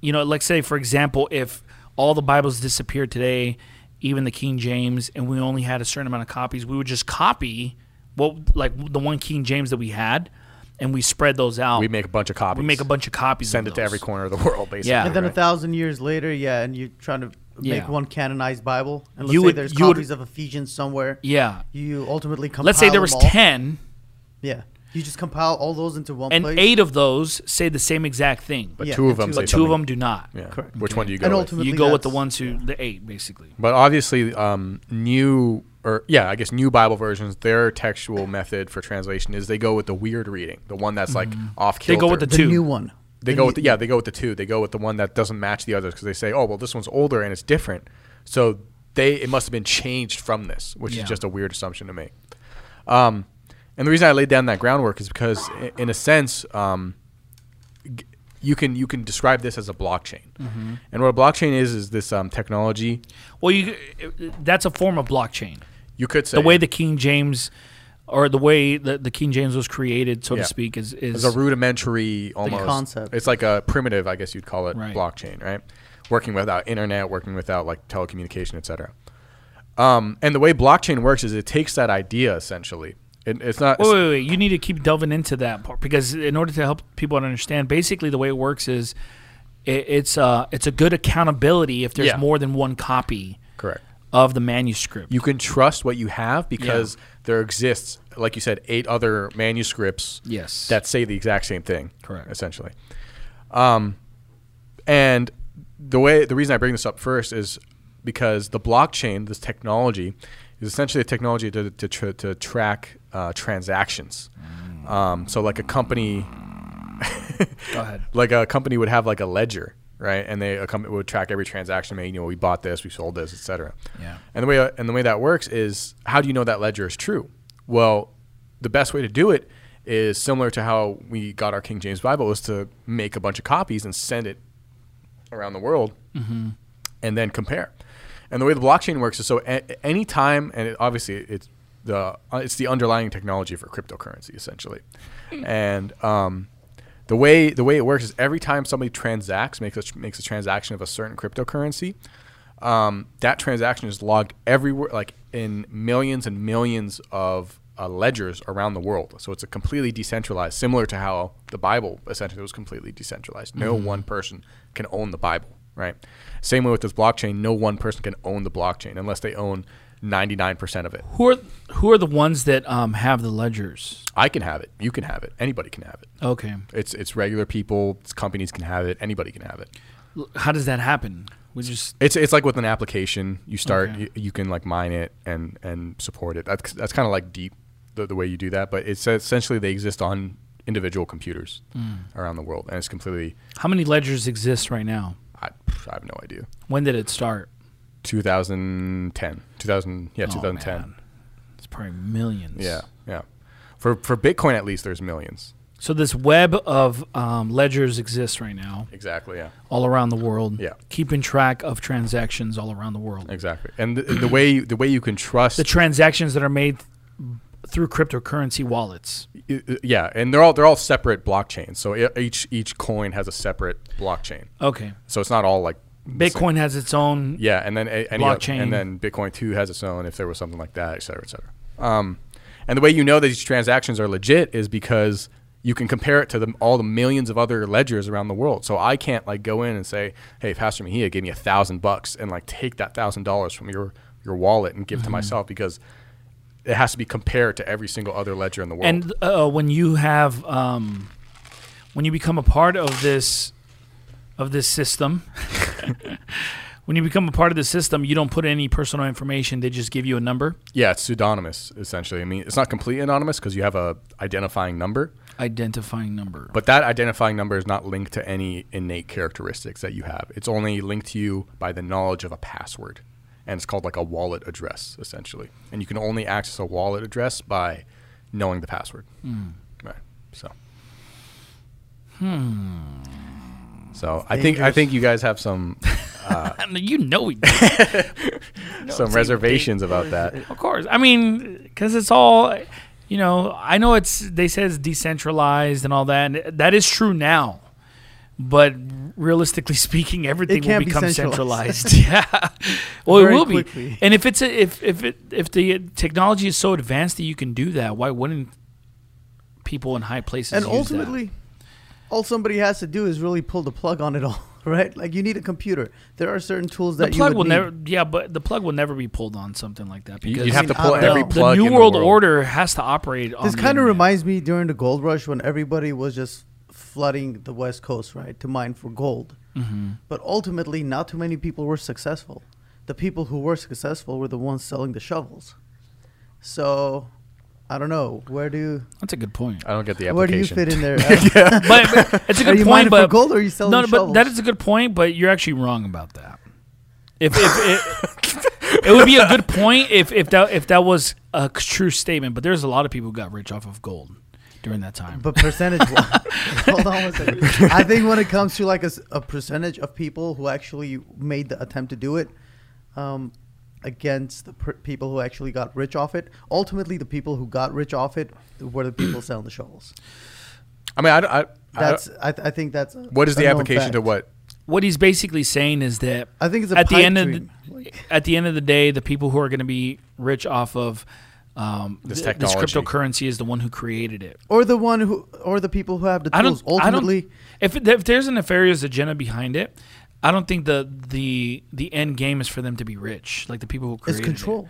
S1: you know, like say for example, if all the Bibles disappeared today, even the King James, and we only had a certain amount of copies, we would just copy what like the one King James that we had, and we spread those out.
S2: we make a bunch of copies.
S1: we make a bunch of copies.
S2: Send
S1: of
S2: it to
S1: those.
S2: every corner of the world, basically.
S1: Yeah.
S3: And then a
S2: right?
S3: thousand years later, yeah, and you're trying to
S1: Yeah.
S3: make one canonized Bible, and let's
S1: You
S3: say
S1: would-
S3: there's
S1: you would-
S3: copies of Ephesians somewhere.
S1: Yeah.
S3: You ultimately compile.
S1: Let's say there
S3: them
S1: was
S3: all.
S1: ten.
S3: Yeah, you just compile all those into one
S1: and
S3: place.
S1: eight of those say the same exact thing, but,
S2: but
S3: Yeah,
S2: two of
S3: but
S2: them.
S3: two-
S2: say
S3: but
S1: two of them
S2: something-
S1: do not.
S2: Yeah. Which one do you go
S3: And
S2: with?
S3: ultimately-
S1: You go with the
S3: that's-
S1: ones who the eight basically.
S2: But obviously, um, new or yeah, I guess new Bible versions. Their textual method for translation is they go with the weird reading, the one that's like off
S1: Mm-hmm.
S2: kilter.
S1: They go with the
S3: the
S1: two.
S3: new one.
S2: They
S3: The
S2: go
S3: new-
S2: with the, yeah, they go with the two. They go with the one that doesn't match the others because they say, oh well, this one's older and it's different, so they it must have been changed from this, which
S1: Yeah.
S2: is just a weird assumption to make. Um, and the reason I laid down that groundwork is because, i- in a sense, um, g- you can you can describe this as a blockchain.
S1: Mm-hmm.
S2: And what a blockchain is is this um, technology.
S1: Well, you that's a form of blockchain.
S2: You could say
S1: The way the King James, or the way the, the King James was created, so
S2: Yeah.
S1: to speak, is
S2: It's
S1: is
S2: a rudimentary almost
S3: concept.
S2: It's like a primitive, I guess you'd call it,
S1: Right.
S2: blockchain, right? Working without internet, working without like telecommunication, etc. Um, and the way blockchain works is it takes that idea essentially. It, it's not.
S1: Wait, wait, wait. You need to keep delving into that part because in order to help people to understand, basically the way it works is it, it's uh it's a good accountability if there's
S2: Yeah.
S1: more than one copy
S2: correct.
S1: of the manuscript.
S2: You can trust what you have because there exists, like you said, eight other manuscripts
S1: yes.
S2: that say the exact same thing.
S1: Correct.
S2: Essentially. Um, and the way the reason I bring this up first is because the blockchain, this technology, is essentially a technology to, to, tr to track uh, transactions. Um, so, like a company, (laughs)
S1: Go ahead.
S2: like a company would have like a ledger, right? And they a company would track every transaction made. You know, we bought this, we sold this, etc.
S5: Yeah.
S2: And the way and the way that works is how do you know that ledger is true? Well, the best way to do it is similar to how we got our King James Bible was to make a bunch of copies and send it around the world and then compare. And the way the blockchain works is so a- any time, and it, obviously it's the uh, it's the underlying technology for cryptocurrency essentially. and um, the way the way it works is every time somebody transacts makes a, tr- makes a transaction of a certain cryptocurrency, um, that transaction is logged everywhere, like in millions and millions of uh, ledgers around the world. So it's a completely decentralized, similar to how the Bible essentially was completely decentralized. No one person can own the Bible, right? Same way with this blockchain, no one person can own the blockchain unless they own 99% of it.
S1: Who are who are the ones that um, have the ledgers?
S2: I can have it. You can have it. Anybody can have it.
S1: Okay.
S2: It's it's regular people. It's companies can have it. Anybody can have it.
S1: L- How does that happen? We just
S2: It's it's like with an application, you start
S1: Okay.
S2: you, you can like mine it and and support it. That's that's kind of like deep the, the way you do that, but it's essentially they exist on individual computers
S1: Hmm.
S2: around the world, and it's completely
S1: how many ledgers exist right now?
S2: I, I have no idea.
S1: When did it start?
S2: 2010, 2000 yeah
S1: Oh,
S2: 2010
S1: man. It's probably millions.
S2: yeah yeah for for Bitcoin at least there's millions
S1: So this web of um, ledgers exists right now
S2: exactly yeah
S1: all around the world.
S2: Yeah.
S1: Keeping track of transactions all around the world.
S2: exactly and the, the way the way you can trust
S1: The transactions that are made through cryptocurrency wallets.
S2: y- y- yeah and they're all they're all separate blockchains so e- each each coin has a separate blockchain
S1: Okay.
S2: so it's not all like the same.
S1: Bitcoin has its own.
S2: Yeah, and then a, any oth-
S1: Blockchain.
S2: and then Bitcoin too has its own if there was something like that, et cetera, et cetera. Um, and the way you know that these transactions are legit is because you can compare it to the, all the millions of other ledgers around the world. So I can't like go in and say, "Hey, Pastor Mejia gave me a thousand bucks," and like take that thousand dollars from your your wallet and
S1: Mm-hmm.
S2: give to myself because it has to be compared to every single other ledger in the world.
S1: And uh, when you have, um, when you become a part of this, of this system, (laughs) when you become a part of the system, you don't put any personal information. They just give you a number.
S2: yeah, it's pseudonymous essentially. I mean, it's not completely anonymous because you have a identifying number.
S1: Identifying number.
S2: But that identifying number is not linked to any innate characteristics that you have. It's only linked to you by the knowledge of a password. And it's called like a wallet address, essentially. And you can only access a wallet address by knowing the password. Right. So. Hmm. So I think I
S3: dangerous.
S2: think you guys have some
S1: (laughs) you know we.
S2: some reservations about that.
S1: Of course. I mean, because it's all, you know, I know it's, they say it's decentralized and all that. And that is true now. But realistically (laughs) speaking, everything will
S3: can't be
S1: become
S3: centralized.
S1: centralized. (laughs)
S3: (laughs)
S1: yeah. Well,
S3: Very
S1: it will be.
S3: quickly.
S1: And if it's, a, if, if it, if the technology is so advanced that you can do that, why wouldn't people in high places
S3: and
S1: use that?
S3: ultimately, all somebody has to do is really pull the plug on it all, (laughs) right? Like you need a computer. There are certain tools
S1: the
S3: that
S1: plug
S3: you would
S1: will
S3: need.
S1: never, yeah, but the plug will never be pulled on something like that
S2: You-
S1: because
S2: You'd have to
S3: I mean,
S2: pull
S3: I don't
S2: every
S3: know.
S1: the
S2: plug
S1: new
S2: in
S1: world,
S2: the world
S1: order has to operate on
S3: This
S1: the
S3: kind of
S1: internet.
S3: reminds me during the gold rush when everybody was just flooding the West Coast, right, to mine for gold.
S1: Mm-hmm.
S3: But ultimately, not too many people were successful. The people who were successful were the ones selling the shovels. So, I don't know where do
S1: That's a good point.
S2: I don't get the application.
S3: where
S2: (laughs)
S3: do you fit in there? Uh, Adam?
S1: but,
S3: (laughs)
S1: but it's a
S3: Are
S1: good
S3: you
S1: point.
S3: mining for
S1: But
S3: gold or are you selling
S1: no, no, but
S3: shovels?
S1: that is a good point. But you're actually wrong about that. If, if it, (laughs) it would be a good point if if that if that was a c- true statement. But there's a lot of people who got rich off of gold during that time.
S3: But percentage,
S2: (laughs)
S3: hold on one second. I think when it comes to like a, s- a percentage of people who actually made the attempt to do it, um, against the per- people who actually got rich off it, ultimately the people who got rich off it were the people selling
S2: (clears throat)
S3: the shovels.
S2: I mean, I, don't- I, I
S3: That's I, th- I think that's a-
S2: what is the
S3: a known
S2: application to
S3: fact.
S2: what?
S1: what he's basically saying is that
S3: I think it's a
S1: at the
S3: pipe
S1: end
S3: dream.
S1: of the, at the end of the day, the people who are going to be rich off of um,
S2: This
S1: th-
S2: technology.
S1: cryptocurrency is the one who created it.
S3: or the one who or the people who have the
S1: I don't.
S3: tools ultimately.
S1: I don't, if it- if there's a nefarious agenda behind it, I don't think the the the end game is for them to be rich, like the people who
S3: it's
S1: created
S3: control.
S1: It.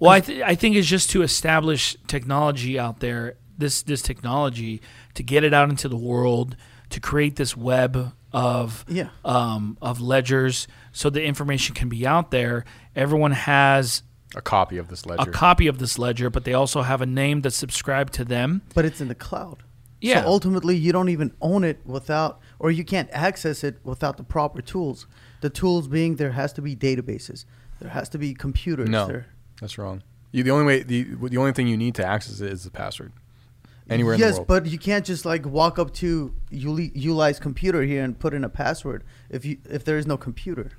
S1: Well, I th- I think it's just to establish technology out there. This this technology to get it out into the world to create this web of
S3: Yeah.
S1: um, of ledgers, so the information can be out there. Everyone has
S2: a copy of this
S1: a
S2: ledger.
S1: copy of this ledger, but they also have a name that's subscribed to them.
S3: but it's in the cloud.
S1: Yeah.
S3: So ultimately, you don't even own it without, or you can't access it without the proper tools. The tools being there has to be databases, there has to be computers.
S2: no,
S3: There.
S2: that's wrong. You, the only way the the only thing you need to access it is the password. Anywhere
S3: yes,
S2: in the world.
S3: but you can't just like walk up to Uli- Uli's computer here and put in a password if you if there is no computer.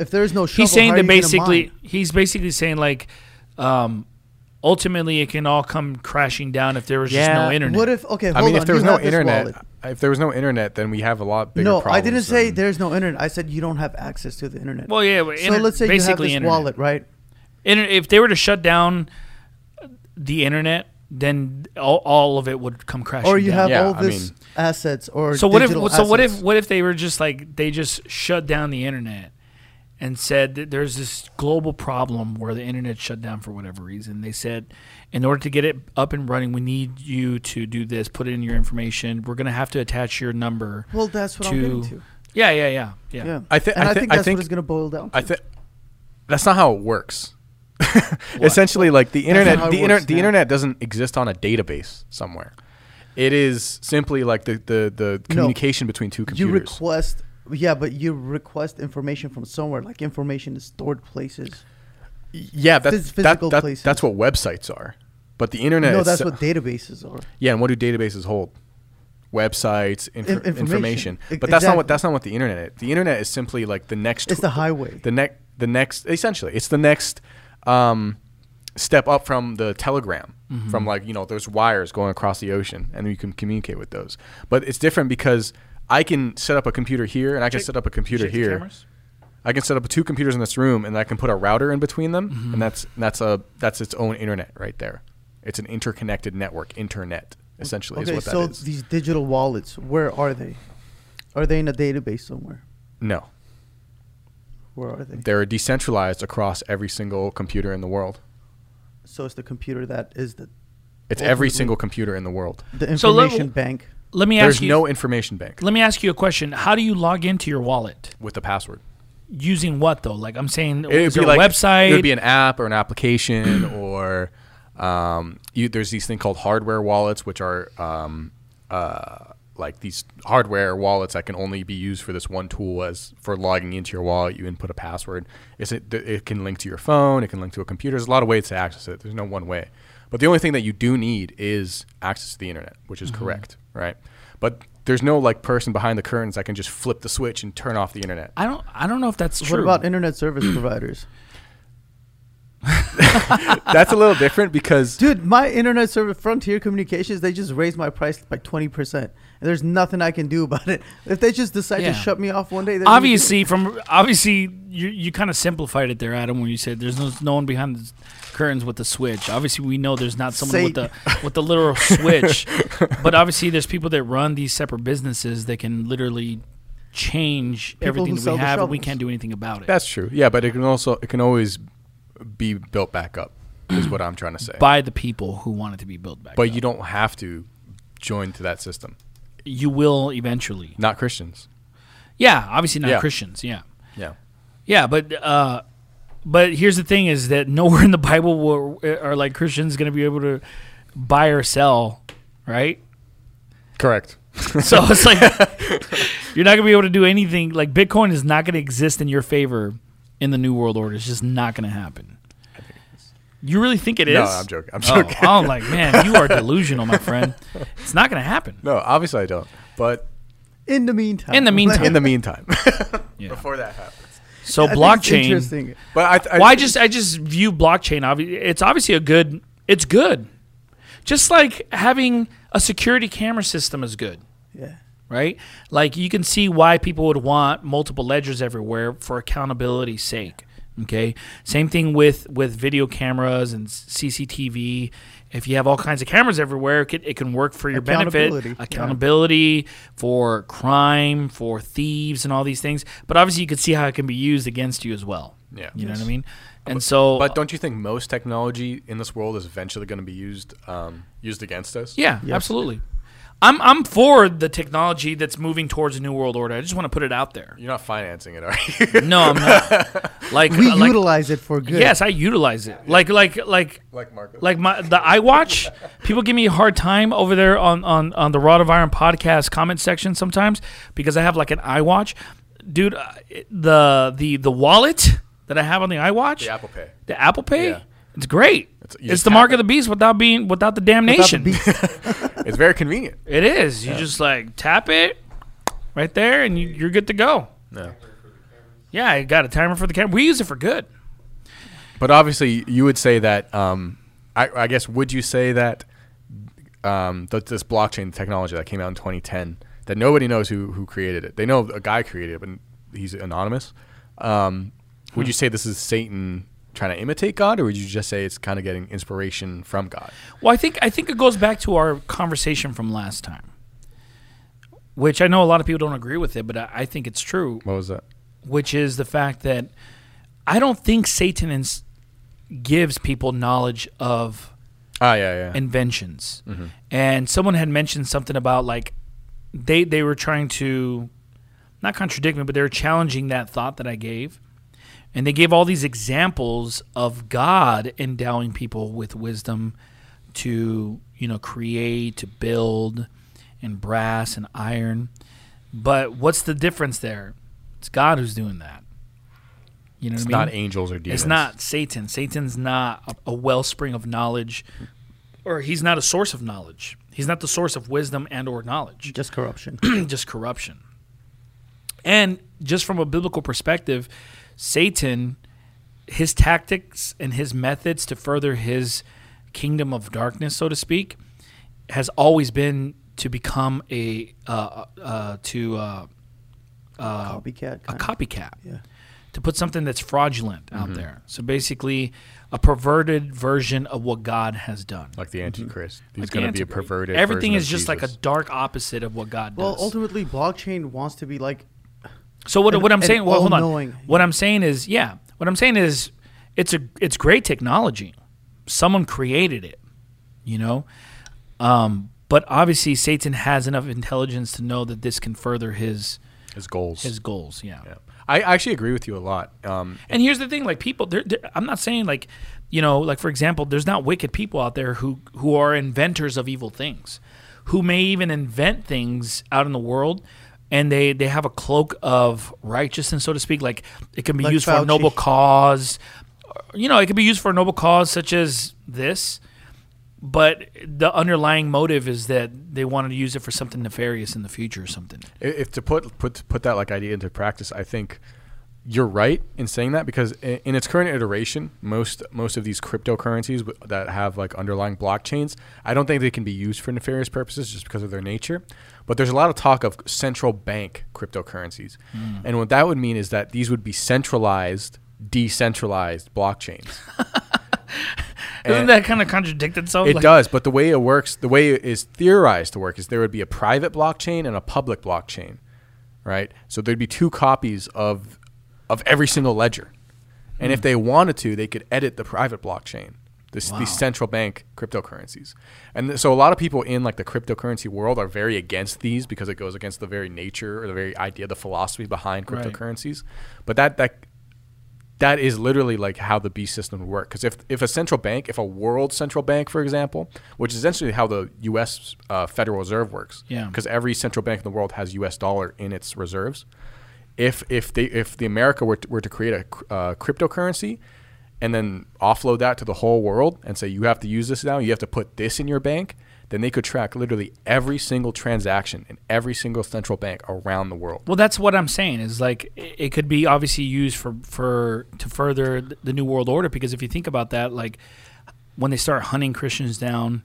S3: If there is no shovel,
S1: he's saying
S3: how are
S1: that
S3: you gonna
S1: basically,
S3: mine?
S1: he's basically saying like, um, ultimately, it can all come crashing down if there was just no
S2: Yeah.
S1: internet.
S3: What if okay? Hold
S2: I mean,
S3: on.
S2: if there
S3: you
S2: was no
S3: have this
S2: internet,
S3: wallet.
S2: if there was no internet, then we have a lot bigger.
S3: no, I didn't
S2: problems
S3: say
S2: than-
S3: there's no internet. I said you don't have access to the internet.
S1: Well, yeah, but
S3: So
S1: inter-
S3: let's say you have
S1: basically
S3: this
S1: internet.
S3: wallet, right?
S1: Inter- if they were to shut down the internet, then all, all of it would come crashing
S3: or you
S1: down.
S3: have
S2: Yeah,
S3: all
S2: I
S3: this
S2: mean-
S3: assets or
S1: so what if
S3: digital
S1: so what if
S3: assets.
S1: what if they were just like they just shut down the internet and said that there's this global problem where the internet shut down for whatever reason. They said in order to get it up and running, we need you to do this, put in your information. We're going to have to attach your number.
S3: Well, that's what I'm getting to.
S1: Yeah, yeah, yeah. Yeah.
S3: yeah
S2: I thi-
S3: and
S2: I
S3: I
S2: thi-
S3: think
S2: I
S3: that's
S2: think-
S3: what it's going to boil down to.
S2: I think that's not how it works. (laughs) Essentially, like the internet,
S3: how it
S2: the, inter-
S3: works,
S2: the
S3: yeah.
S2: internet doesn't exist on a database somewhere. It is simply like the the, the communication between two
S3: you
S2: computers.
S3: request yeah but you request information from somewhere like information is stored places
S2: yeah, that's that,
S3: phys- physical
S2: that-
S3: places.
S2: that's what websites are. But the internet,
S3: no
S2: is-
S3: that's what databases are
S2: yeah, and what do databases hold? Websites, inf-
S3: In- information.
S2: information.
S3: E-
S2: But that's not what
S3: exactly.
S2: that's not what the internet. is. The internet is simply like the next.
S3: It's the highway.
S2: The next. The next. Essentially, it's the next um, step up from the telegram.
S3: Mm-hmm.
S2: From like you know, there's wires going across the ocean, and you can communicate with those. But it's different because I can set up a computer here, and I can
S1: Check-
S2: set up a computer
S1: check the
S2: here.
S1: cameras.
S2: I can set up two computers in this room, and I can put a router in between them, and that's that's a that's its own internet right there. It's an interconnected network, internet essentially is
S3: okay
S2: what that is.
S3: so these digital wallets where are they are they in a database somewhere
S2: no,
S3: where are they
S2: they're decentralized across every single computer in the world.
S3: so it's the computer that is the
S2: It's every
S3: Ultimately-
S2: single computer in the world.
S3: the
S1: So let-
S3: information bank
S1: Let me
S2: There's
S1: ask you
S2: no information bank
S1: Let me ask you a question. How do you log into your wallet?
S2: with a password.
S1: Using what though? Like I'm saying,
S2: It would
S1: is
S2: be
S1: there a
S2: like
S1: website?
S2: It would be an app or an (clears throat) application or um, you, there's these thing called hardware wallets, which are um, uh, like these hardware wallets that can only be used for this one tool. As for logging into your wallet, you input a password. It's, it, it can link to your phone. It can link to a computer. There's a lot of ways to access it. There's no one way. But the only thing that you do need is access to the internet, which is correct, right? But there's no like person behind the curtains that can just flip the switch and turn off the internet. (laughs)
S1: I don't. I don't know if that's
S3: what
S1: true.
S3: about internet service providers
S2: That's a little different because
S3: Dude, my internet service, Frontier Communications, they just raised my price by 20%. And there's nothing I can do about it. If they just decide
S1: Yeah.
S3: to shut me off one day, they're gonna do
S1: obviously, from obviously, you you kind of simplified it there, Adam, when you said there's no, no one behind the curtains with the switch. Obviously, we know there's not someone with the
S3: Satan.
S1: (laughs) with the literal
S3: (laughs)
S1: switch, but obviously, there's people that run these separate businesses that can literally change everything
S3: who
S1: that
S3: sell
S1: we
S3: the
S1: have, and we
S3: shovels.
S1: can't do anything about it.
S2: That's true. Yeah, but it can also it can always be built back up. Is what I'm trying to say. But,
S1: by the people who want it to be built back. up.
S2: you don't have to join to that system.
S1: you will eventually.
S2: Not Christians.
S1: Yeah, obviously not
S2: Yeah.
S1: Christians. Yeah.
S2: Yeah.
S1: Yeah, but uh, but here's the thing: is that nowhere in the Bible were, are like Christians going to be able to buy or sell,
S2: (laughs)
S1: right?
S2: Correct.
S1: So it's like you're not going to be able to do anything. Like Bitcoin is not going to exist in your favor in the New World Order. It's just not going to happen. You really think it is?
S2: No, I'm joking. I'm
S1: Oh,
S2: joking.
S1: I'm like, man, you are delusional, my friend. It's not going to happen.
S2: No, obviously I don't. But
S3: it. In the meantime.
S1: In the meantime.
S2: in the meantime,
S1: Yeah.
S2: before that happens.
S1: So
S2: (laughs)
S3: I think it's
S1: blockchain.
S3: Interesting.
S2: But I, I
S1: Well, I just I just view blockchain. obvi- It's obviously a good. It's good. Just like having a security camera system is good,
S3: Yeah.
S1: right? Like you can see why people would want multiple ledgers everywhere for accountability's sake. Okay. Same thing with with video cameras and CCTV. If you have all kinds of cameras everywhere, it can, it can work for your
S3: Accountability,
S1: benefit,
S3: yeah.
S1: accountability for crime, for thieves, and all these things. But obviously, you can see how it can be used against you as well.
S2: Yeah.
S1: You know what I mean? And so,
S2: But don't you think most technology in this world is eventually going to be used um, used against us?
S1: Yeah, absolutely. I'm I'm for the technology that's moving towards a new world order. I just want to put it out there.
S2: You're not financing it, are
S1: (laughs)
S2: you?
S1: No, I'm not.
S2: (laughs)
S1: Like,
S3: We
S1: like
S3: utilize it for good.
S1: yes, I utilize it. Like like like
S2: like Marcus.
S1: like my the iWatch. People give me a hard time over there on on on the Rod of Iron podcast comment section sometimes because I have like an iWatch, dude. uh, it- The the the wallet that I have on the iWatch,
S2: the Apple Pay.
S1: the Apple Pay,
S2: Yeah.
S1: it's great. It's,
S2: It's- you just
S1: the
S2: tap
S1: mark
S2: it.
S1: of the beast without being without the
S3: Without the
S1: damnation. (laughs)
S3: beats.
S2: It's very convenient.
S1: It is. You just like tap it right there, and you, you're good to go.
S2: No.
S1: Yeah, I got a timer for the camera. We use it for good.
S2: But obviously, you would say that. Um, I, I guess would you say that um, th- this blockchain technology that came out in 2010 that nobody knows who who created it? They know a guy created it, but he's anonymous. Um, would
S1: Hmm.
S2: you say this is Satan trying to imitate God, or would you just say it's kind of getting inspiration from God?
S1: Well, I think I think it goes back to our conversation from last time, which I know a lot of people don't agree with it, but I, I think it's true.
S2: What was that?
S1: Which is the fact that I don't think Satan ins- gives people knowledge of
S2: Ah, yeah, Mm-hmm. yeah.
S1: inventions. And someone had mentioned something about like they they were trying to not contradict me, but they were challenging that thought that I gave. And they gave all these examples of God endowing people with wisdom to, you know, create, to build and brass and iron. But what's the difference there? It's God who's doing that. You know
S2: it's
S1: what I mean?
S2: not angels or demons.
S1: It's not Satan. Satan's not a, a wellspring of knowledge, or he's not a source of knowledge. He's not the source of wisdom and or knowledge. (clears throat)
S3: Just corruption.
S1: just corruption. And just from a biblical perspective, Satan, his tactics and his methods to further his kingdom of darkness, so to speak, has always been to become a uh, uh, to uh,
S3: Copycat.
S1: a
S3: kind of.
S1: copycat
S3: Yeah.
S1: to put something that's fraudulent
S2: Mm-hmm.
S1: out there. So basically, a perverted version of what God has done.
S2: like the Antichrist. He's
S1: Mhm. Like the
S2: going to be a
S1: Antichrist.
S2: perverted.
S1: Everything
S2: version
S1: is
S2: of
S1: just like a
S2: Jesus.
S1: dark opposite of what God
S3: Well,
S1: does.
S3: ultimately, blockchain wants to be like
S1: so what,
S3: an-
S1: what I'm
S3: an
S1: saying, well, hold on.
S3: all-knowing.
S1: What I'm saying is, yeah, what I'm saying is, it's a it's great technology. Someone created it, you know. Um, but obviously, Satan has enough intelligence to know that this can further his
S2: his goals.
S1: his goals.
S2: yeah. I actually agree with you a lot. Um,
S1: And here's the thing, like people, they're, they're- I'm not saying like, you know, like for example, there's not wicked people out there who who are inventors of evil things, who may even invent things out in the world, and they they have a cloak of righteousness, so to speak. Like it can be
S3: Like
S1: used for a
S3: Fauci.
S1: noble cause, you know, it can be used for a noble cause such as this. But the underlying motive is that they wanted to use it for something nefarious in the future or something.
S2: I- if to put put put that like idea into practice, I think you're right in saying that because i- in its current iteration, most most of these cryptocurrencies w- that have like underlying blockchains, I don't think they can be used for nefarious purposes just because of their nature. But there's a lot of talk of central bank cryptocurrencies, and what that would mean is that these would be centralized, decentralized blockchains.
S1: Doesn't
S2: And-
S1: that kind of contradict itself?
S2: It
S1: Like-
S2: does, but the way it works, the way it is theorized to work, is there would be a private blockchain and a public blockchain, right? So there'd be two copies of of every single ledger, and
S1: Hmm.
S2: if they wanted to, they could edit the private blockchain, this,
S1: Wow.
S2: these central bank cryptocurrencies, and th- so a lot of people in like the cryptocurrency world are very against these because it goes against the very nature or the very idea, the philosophy behind
S1: Right.
S2: cryptocurrencies. But that that that is literally like how the beast system would work. Because if, if a central bank, if a world central bank, for example, which is essentially how the U.S. Uh, Federal Reserve works,
S1: Yeah.
S2: because every central bank in the world has U.S. dollar in its reserves. If if they if the America were to, were to create a cr- uh, cryptocurrency, and then offload that to the whole world and say you have to use this now, you have to put this in your bank, then they could track literally every single transaction in every single central bank around the world.
S1: Well, that's what I'm saying. Is like i- it could be obviously used for for to further th- the new world order because if you think about that, like when they start hunting Christians down,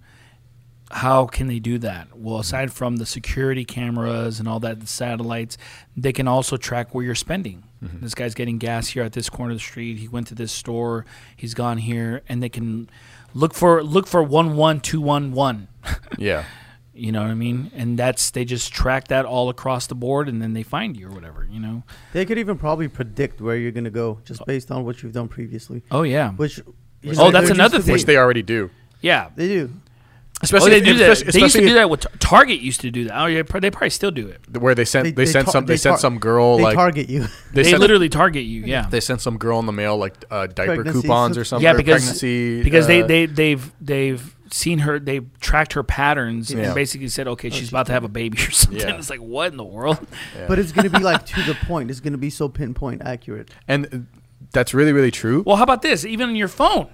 S1: how can they do that? Well, aside from the security cameras and all that, the satellites, they can also track where you're spending. This guy's getting gas here at this corner of the street. He went to this store. He's gone here, and they can look for look for one one two one one.
S2: (laughs)
S1: (laughs)
S2: Yeah.
S1: You know what I mean? And that's they just track that all across the board, and then they find you or whatever. You know?
S3: They could even probably predict where you're gonna go just based on what you've done previously.
S1: Oh yeah.
S3: Which you
S1: Oh, that's
S3: there
S1: another
S3: used to
S1: thing.
S2: Which they already do.
S1: yeah.
S3: be- They do.
S1: Oh,
S2: Especially,
S1: they do that.
S2: especially-
S1: They used to
S2: especially
S1: do that with Tar- Target. Used to do that. Oh yeah, pro- they probably still do it.
S2: where they sent they, sent
S3: tar-
S2: some they, sent
S3: tar-
S2: some girl
S3: they
S2: like
S3: target you.
S1: They,
S2: sent-
S1: literally target you. Yeah.
S2: they sent some girl in the mail like uh, diaper
S3: Pregnancy
S2: coupons or
S3: subs-
S2: something.
S1: yeah,
S2: or
S1: because
S2: pregnancy,
S1: because they
S2: uh,
S1: they they've they've seen her. They've tracked her patterns
S2: Yeah.
S1: and basically said, okay, she's about to have a baby or (laughs) something.
S2: Yeah.
S1: It's like what in the world?
S2: yeah.
S3: But it's gonna be like to
S2: (laughs)
S3: the point. It's gonna be so pinpoint accurate.
S2: and uh, that's really really true.
S1: Well, how about this? Even on your phone,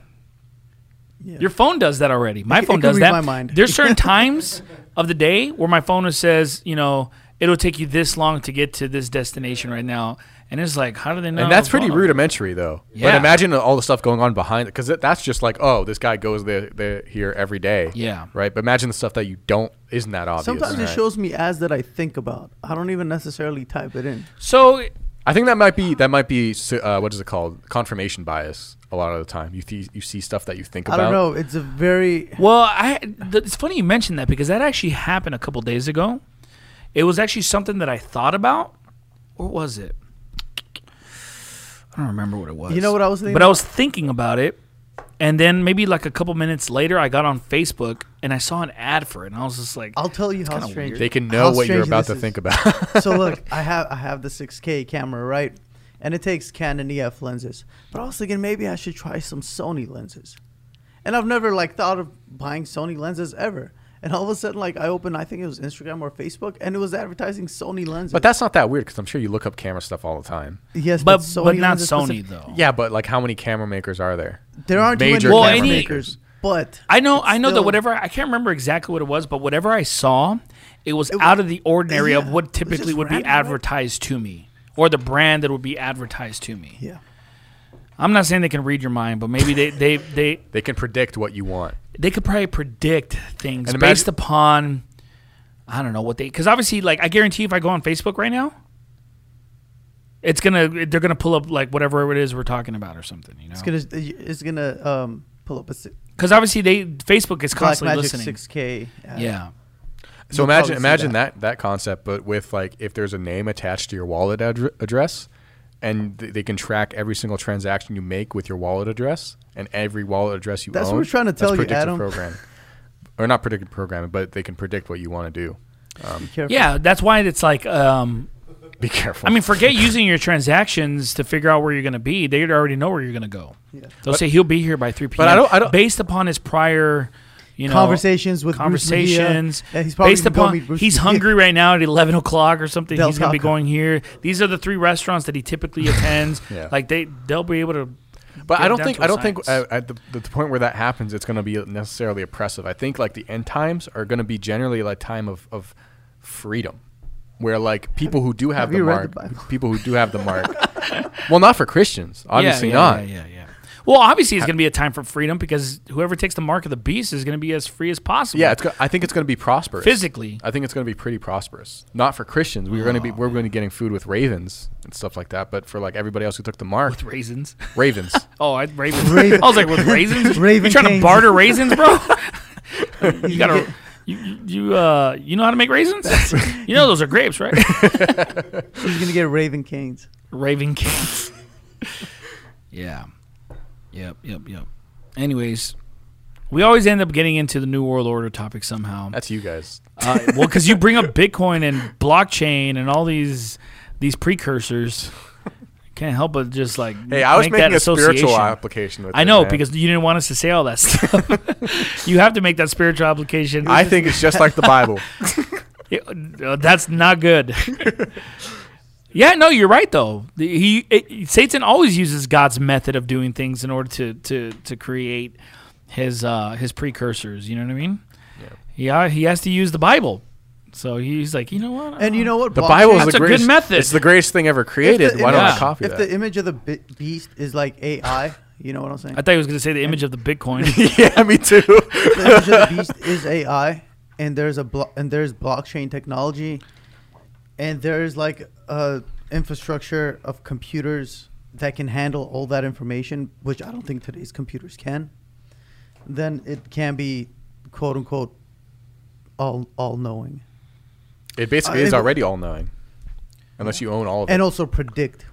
S3: Yeah.
S1: your phone does that already. My
S3: c- it
S1: phone
S3: can
S1: does
S3: read
S1: that.
S3: my mind.
S1: There's
S3: (laughs)
S1: certain times of the day where my phone says, you know, it'll take you this long to get to this destination right now, and it's like, how do they know?
S2: and that's
S1: I was
S2: pretty
S1: wrong?
S2: rudimentary though. But
S1: Yeah.
S2: imagine all the stuff going on behind it because that's just like oh this guy goes there, there here every day.
S1: Yeah.
S2: Right. But imagine the stuff that you don't isn't that obvious.
S3: Sometimes it
S2: Right.
S3: shows me ads that I think about. I don't even necessarily type it in.
S1: So
S2: I think that might be that might be s- uh, what is it called confirmation bias. A lot of the time you th- you see stuff that you think
S3: I
S2: about.
S3: don't know. It's a very
S1: Well, I th- it's funny you mentioned that because that actually happened a couple days ago. It was actually something that I thought about. Or was it? I don't remember what it was.
S3: You know what I was thinking
S1: But I was thinking about it, and then maybe like a couple minutes later, I got on Facebook and I saw an ad for it, and I was just like,
S3: I'll tell you how
S1: kinda
S3: strange.
S2: They can
S3: how
S2: know what you're
S3: strange
S2: about to
S3: this is.
S2: think about. (laughs)
S3: (laughs) so look, I have I have the 6K camera, right? And it takes Canon EF lenses. But I was thinking maybe I should try some Sony lenses. And I've never like thought of buying Sony lenses ever. And all of a sudden, like I opened, I think it was Instagram or Facebook, and it was advertising Sony lenses.
S2: but that's not that weird because I'm sure you look up camera stuff all the time.
S3: yes,
S1: but but not
S3: lenses
S1: Sony
S3: specific-
S1: though.
S2: Yeah, but like how many camera makers are there?
S3: There aren't too
S2: Major
S3: many
S1: Well,
S3: camera
S1: any-
S3: makers, but
S1: I know, I know that
S3: still-
S1: whatever I can't remember exactly what it was, but whatever I saw, it was out of the ordinary of
S3: yeah, it
S1: what
S3: was just
S1: typically would be
S3: random, right?
S1: advertised to me, or the brand that would be advertised to me.
S3: Yeah.
S1: I'm not saying they can read your mind, but maybe they they they
S2: They can predict what you want.
S1: they could probably predict things
S2: And imagine-
S1: based upon I don't know what they because obviously like I guarantee if I go on Facebook right now, it's gonna they're gonna pull up like whatever it is we're talking about or something you
S3: It's
S1: know
S3: gonna it's gonna um, pull up a si-
S1: because obviously they Facebook is
S3: Black
S1: constantly
S3: Magic uh,
S1: listening.
S3: 6K. ad.
S1: Yeah,
S2: So
S3: You'll
S2: imagine
S3: probably see
S2: imagine that. that concept, but with like if there's a name attached to your wallet addr- address, and th- they can track every single transaction you make with your wallet address and every wallet address you
S3: That's what
S2: own,
S3: we're trying to tell you,
S2: predictive
S3: Adam.
S2: Programming. or not predictive programming, but they can predict what you want to do.
S3: Be careful.
S1: yeah, that's why it's like um
S2: Be careful.
S1: I mean forget using your transactions to figure out where you're gonna be. They already know where you're gonna go.
S3: Yeah.
S1: They'll say he'll be here by three p.m.
S2: I don't- I don't-
S1: based upon his prior. You know,
S3: conversations with Bruce Mejia.
S1: conversations
S3: Yeah, he's probably
S1: based
S3: gonna go
S1: upon
S3: meet Bruce
S1: he's
S3: Mejia.
S1: hungry right now at 11 o'clock or something
S3: Del
S1: he's gonna be
S3: Taco.
S1: going here these are the three restaurants that he typically attends
S2: (laughs) Yeah.
S1: like they they'll be able to
S2: But I
S1: get
S2: don't
S1: down
S2: think
S1: to
S2: I
S1: a
S2: don't think
S1: science.
S2: at, at the, the point where that happens, it's going to be necessarily oppressive. I think like the end times are going to be generally like time of, of freedom, where like people who do have,
S3: have
S2: the
S3: you read
S2: mark,
S3: the Bible?
S2: people who do have the
S3: (laughs)
S2: mark, well, not for Christians, uh, obviously
S1: yeah, yeah,
S2: not.
S1: yeah, yeah yeah well obviously it's gonna be a time for freedom because whoever takes the mark of the beast is gonna be as free as possible
S2: Yeah, it's go- I think it's going to be prosperous
S1: physically Oh.
S2: I think it's going to be pretty prosperous. Not for Christians, we're going to be we're going to be getting food with ravens and stuff like that. But for like everybody else who took the mark,
S1: with (laughs) raisins
S2: (laughs) ravens.
S1: oh I,
S2: (laughs)
S1: raisins.
S3: Raven-
S1: I was like with raisins you
S3: Raven
S1: trying to
S3: canes.
S1: barter raisins bro you gotta you, you- you uh you know how to make raisins you know those are grapes
S2: (laughs)
S1: right
S3: He's gonna get Raven Canes.
S1: Raven Kings. yeah. Yep, yep, yep. Anyways, we always end up getting into the New World Order topic somehow.
S2: That's you guys.
S1: Uh, well, because you bring up Bitcoin and blockchain and all these these precursors. Can't help but just like
S2: Hey, I was
S1: make
S2: making
S1: that
S2: a spiritual
S1: association.
S2: application. With
S1: I
S2: it,
S1: know
S2: man.
S1: because you didn't want us to say all that stuff. (laughs) you have to make that spiritual application.
S2: I think it's just like
S1: (laughs)
S2: the Bible.
S1: Yeah, uh, that's not good. (laughs) yeah, no, you're right though. The- He it, Satan always uses God's method of doing things in order to to to create his uh his precursors. You know what I mean? Yeah. he has to use the Bible. So he's like, you know what? Uh,
S3: And you know what?
S2: The Bible is
S1: That's
S2: the
S1: a good
S2: greatest
S1: method.
S2: It's the greatest thing ever
S3: If the
S2: created. Why don't
S1: image-
S2: I copy
S3: if
S2: that?
S3: the image of the be- beast is like AI, you know what I'm saying?
S1: I thought he was gonna say the image of the Bitcoin. (laughs)
S2: yeah, me too.
S3: the (laughs) image of the beast is AI, and there's a blo- and there's blockchain technology, and there's like a infrastructure of computers that can handle all that information, which I don't think today's computers can. Then it can be, quote unquote, all all knowing,
S2: It basically
S3: Uh,
S2: is
S3: it-
S2: already all knowing, unless you own all of it.
S3: and also predict,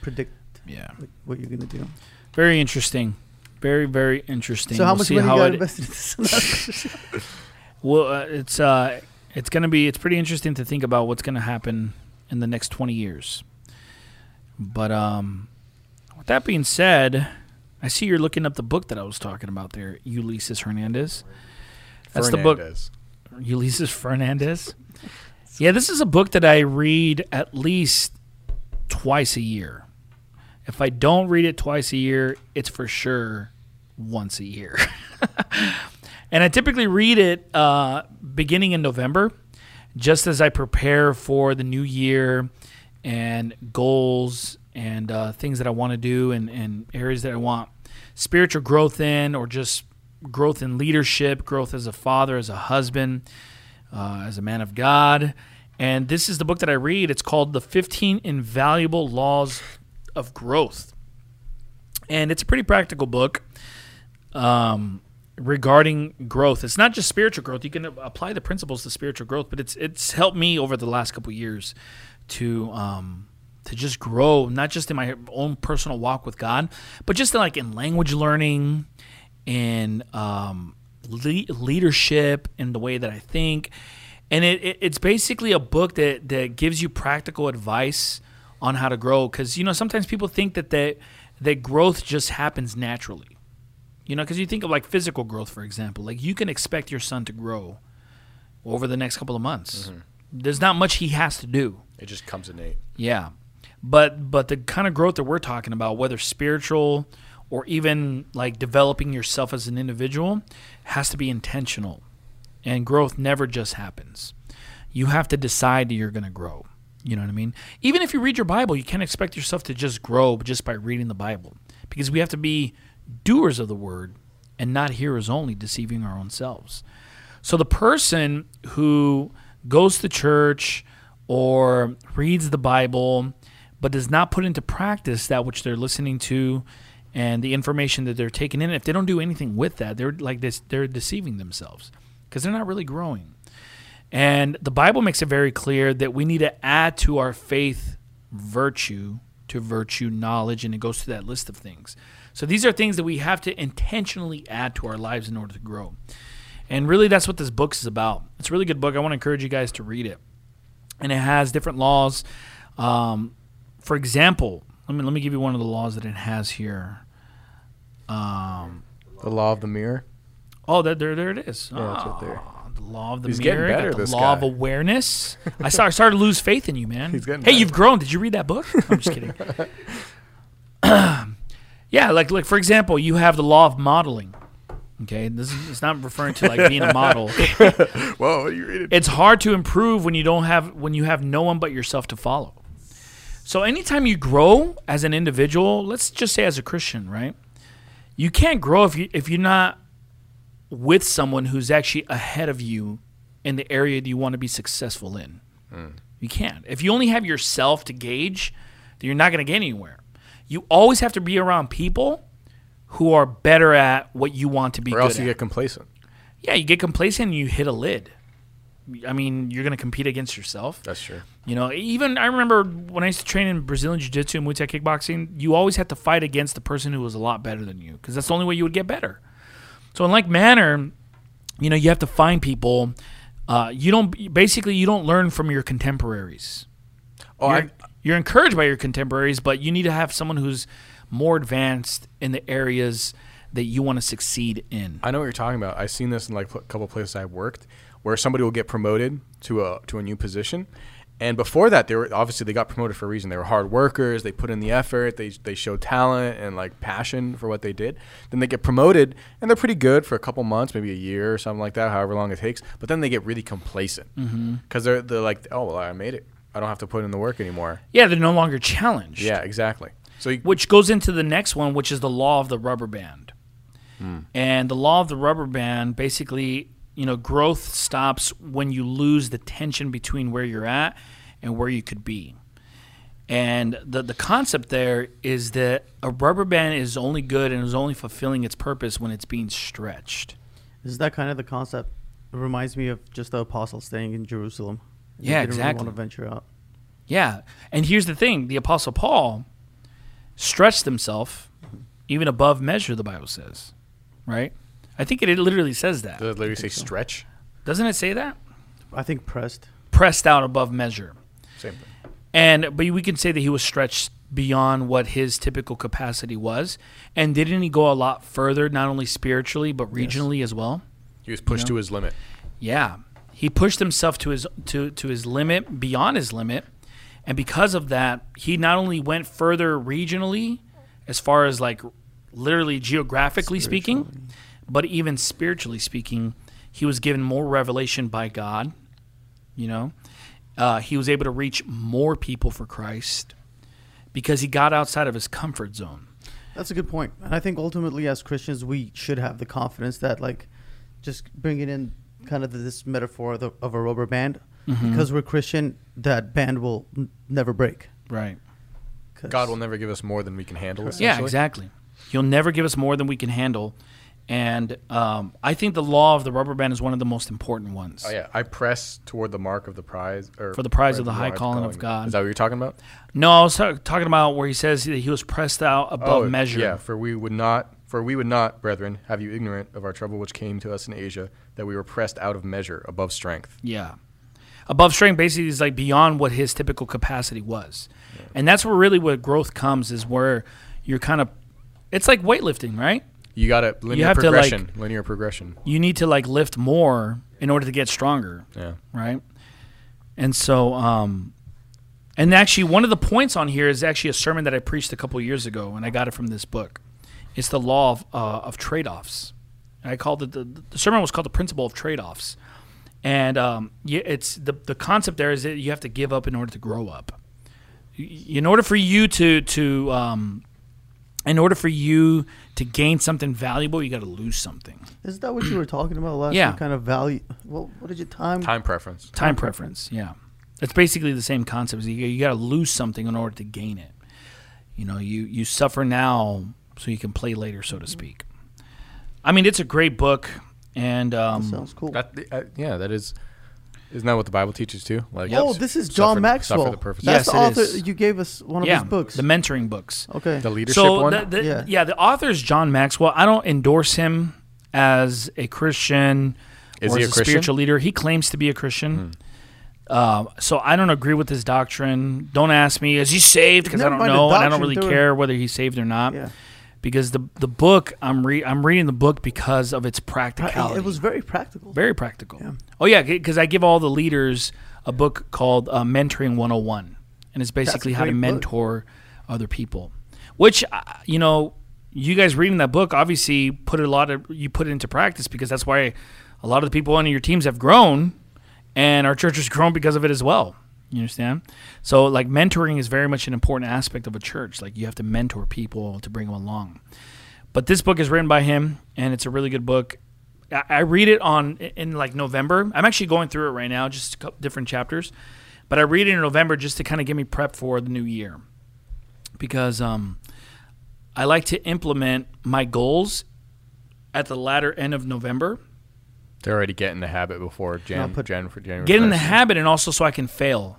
S3: predict
S1: yeah.
S3: what you're gonna do.
S1: Very interesting. Very, very interesting.
S3: So how
S1: We'll
S3: much
S1: see
S3: money
S1: how
S3: you got
S1: it-
S3: invested in
S1: (laughs)
S3: this?
S1: Well, uh, it's uh, it's gonna be it's pretty interesting to think about what's gonna happen in the next twenty years. But um, with that being said, I see you're looking up the book that I was talking about there, Ulysses Hernandez. That's the book,
S2: Fernandez.
S1: Ulysses Fernandez. yeah, this is a book that I read at least twice a year. If I don't read it twice a year, it's for sure once a year. (laughs) and I typically read it uh, beginning in November, just as I prepare for the new year and goals and uh, things that I want to do and, and areas that I want spiritual growth in, or just growth in leadership, growth as a father, as a husband, uh, as a man of God. And this is the book that I read. It's called The 15 Invaluable Laws of Growth. And it's a pretty practical book um, regarding growth. It's not just spiritual growth. You can apply the principles to spiritual growth, but it's it's helped me over the last couple years to um, to just grow, not just in my own personal walk with God, but just in, like in language learning, in um, le- leadership, in the way that I think. And it, it, it's basically a book that, that gives you practical advice on how to grow. Because, you know, sometimes people think that, that, that growth just happens naturally. You know, because you think of like physical growth, for example. Like you can expect your son to grow over the next couple of months. There's not much he has to do.
S2: It just comes innate.
S1: Yeah, but but the kind of growth that we're talking about, whether spiritual or even like developing yourself as an individual, has to be intentional. And growth never just happens. You have to decide that you're going to grow. You know what I mean? Even if you read your Bible, you can't expect yourself to just grow just by reading the Bible because we have to be doers of the word and not hearers only, deceiving our own selves. So the person who goes to church or reads the Bible but does not put into practice that which they're listening to and the information that they're taking in, if they don't do anything with that, they're like this they're deceiving themselves because they're not really growing. And the Bible makes it very clear that we need to add to our faith virtue to virtue knowledge, and it goes to that list of things. So these are things that we have to intentionally add to our lives in order to grow. And really, that's what this book is about. It's a really good book. I want to encourage you guys to read it. And it has different laws. Um, for example, let me let me give you one of the laws that it has here. Um,
S2: The law of the mirror.
S1: oh, there there, there it is.
S2: Yeah, it's right
S1: Ah,
S2: there.
S1: The law of the
S2: He's getting
S1: mirror, got
S2: better,
S1: the
S2: this
S1: law of
S2: guy. (laughs)
S1: awareness. I start, I started to lose faith in you, man.
S2: He's getting
S1: hey,
S2: better.
S1: you've grown. Did you read that book? I'm just
S2: (laughs)
S1: kidding. yeah, like like for example, you have the law of modeling. Okay, this is it's not referring to like being a
S2: (laughs)
S1: model.
S2: Whoa, you read it.
S1: it's hard to improve when you don't have when you have no one but yourself to follow. So anytime you grow as an individual, let's just say as a Christian, right? You can't grow if you if you're not with someone who's actually ahead of you in the area that you want to be successful in.
S2: Hmm.
S1: You can't. If you only have yourself to gauge, then you're not going to get anywhere. You always have to be around people who are better at what you want to be
S2: Or
S1: good
S2: else you
S1: at
S2: get complacent.
S1: yeah, you get complacent and you hit a lid. I mean, you're going to compete against yourself.
S2: That's true.
S1: You know, even I remember when I used to train in Brazilian Jiu Jitsu and Muay Thai kickboxing, you always had to fight against the person who was a lot better than you because that's the only way you would get better. So, in like manner, you know, you have to find people. Uh, you don't basically you don't learn from your contemporaries.
S2: Oh,
S1: you're,
S2: I,
S1: you're encouraged by your contemporaries, but you need to have someone who's more advanced in the areas that you want to succeed in.
S2: I know what you're talking about. I've seen this in like a couple places I worked, where somebody will get promoted to a to a new position, and before that, they were obviously they got promoted for a reason. They were hard workers. They put in the effort. They they showed talent and like passion for what they did. Then they get promoted, and they're pretty good for a couple months, maybe a year or something like that, however long it takes. But then they get really complacent because they're they're like, oh well, I made it. I don't have to put in the work anymore.
S1: Yeah, they're no longer challenged.
S2: Yeah, exactly. So you,
S1: which goes into the next one, which is the law of the rubber band. And the law of the rubber band basically, you know, growth stops when you lose the tension between where you're at and where you could be. And the, the concept there is that a rubber band is only good and is only fulfilling its purpose when it's being stretched.
S3: Is that kind of the concept? It reminds me of just the apostles staying in Jerusalem. They
S1: Yeah,
S3: didn't
S1: exactly.
S3: Really want to venture out.
S1: Yeah. And here's the thing the Apostle Paul stretched himself even above measure. The Bible says, right? I think it, it literally says that.
S2: Does it literally say stretch?
S1: Doesn't it say that?
S3: I think pressed.
S1: Pressed out above measure.
S2: Same thing.
S1: And but we can say that he was stretched beyond what his typical capacity was. And didn't he go a lot further, not only spiritually but regionally as well?
S2: He was pushed to his limit.
S1: Yeah. He pushed himself to his to, to his limit, beyond his limit. And because of that, he not only went further regionally, as far as like literally geographically speaking, but even spiritually speaking, he was given more revelation by God. You know, uh, he was able to reach more people for Christ because he got outside of his comfort zone.
S3: That's a good point. And I think ultimately, as Christians, we should have the confidence that, like, just bringing in kind of this metaphor of, the, of a rubber band,
S1: Mm-hmm.
S3: because we're Christian, that band will n- never break.
S1: Right.
S3: 'Cause-
S2: God will never give us more than we can handle.
S1: Yeah,
S2: essentially.
S1: exactly. He'll never give us more than we can handle. And um, I think the law of the rubber band is one of the most important ones.
S2: Oh yeah, I press toward the mark of the prize, or
S1: For the prize of the high calling of God.
S2: Is that what you're talking about?
S1: No, I was ta- talking about where he says that he was pressed out above measure.
S2: Oh, Yeah, for we would not, for we would not, brethren, have you ignorant of our trouble which came to us in Asia, that we were pressed out of measure, above strength.
S1: Yeah. Above strength basically is like beyond what his typical capacity was. And that's where really where growth comes is where you're kind of it's like weightlifting, right?
S2: You got to linear
S1: have to, like-
S2: progression. linear progression.
S1: You need to like lift more in order to get stronger.
S2: Yeah.
S1: right? And so, um, and actually, one of the points on here is actually a sermon that I preached a couple years ago, and I got it from this book. It's the law of, uh, of trade offs. I called it the, the sermon was called the principle of trade offs, and um, yeah, it's the the concept there is that you have to give up in order to grow up. Y- In order for you to to um, in order for you to gain something valuable, you got to lose something.
S3: Is that what you were talking about last?
S1: Yeah.
S3: Some kind of value. Well, what did you time?
S2: Time preference.
S1: time preference. Yeah, it's basically the same concept. You, you got to lose something in order to gain it. You know, you you suffer now so you can play later, so to speak. I mean, it's a great book, and um,
S3: Sounds cool.
S2: That, uh, yeah, that is. Isn't that what the Bible teaches too? Like,
S3: Oh, this is John
S2: suffer-
S3: Maxwell.
S2: Suffer the purpose.
S1: Yes.
S3: That's the
S1: it
S3: author.
S1: is.
S3: You gave us one of
S1: yeah,
S3: his books.
S1: the mentoring books.
S3: okay.
S2: The leadership
S1: so
S2: one.
S1: The, the, yeah.
S3: Yeah.
S1: the author is John Maxwell. I don't endorse him as a Christian
S2: Is
S1: or
S2: he
S1: as
S2: a
S1: a
S2: Christian?
S1: spiritual leader. He claims to be a Christian. Um, so I don't agree with his doctrine. Don't ask me, is he saved? Because I don't
S3: Never mind the
S1: know, and I don't
S3: doctrine,
S1: really
S3: do it.
S1: care whether he's saved or not.
S3: Yeah.
S1: Because the the book I'm re- I'm reading the book because of its practicality.
S3: It was very practical.
S1: Very practical. Oh yeah, because I give all the leaders a book called uh, Mentoring 101, and it's basically how to
S3: great book.
S1: mentor other people. Which uh, you know, you guys reading that book obviously put a lot of you put it into practice because that's why a lot of the people on your teams have grown, and our church has grown because of it as well. You understand? So like mentoring is very much an important aspect of a church. Like you have to mentor people to bring them along but this book is written by him and it's a really good book i, I read it on in like november i'm actually going through it right now just a couple different chapters but i read it in november just to kind of get me prepped for the new year because um, i like to implement my goals at the latter end of november
S2: They're already getting the habit before Jan,
S3: put-
S2: Jan, January.
S1: get in the
S2: 1st.
S1: habit and also so I can fail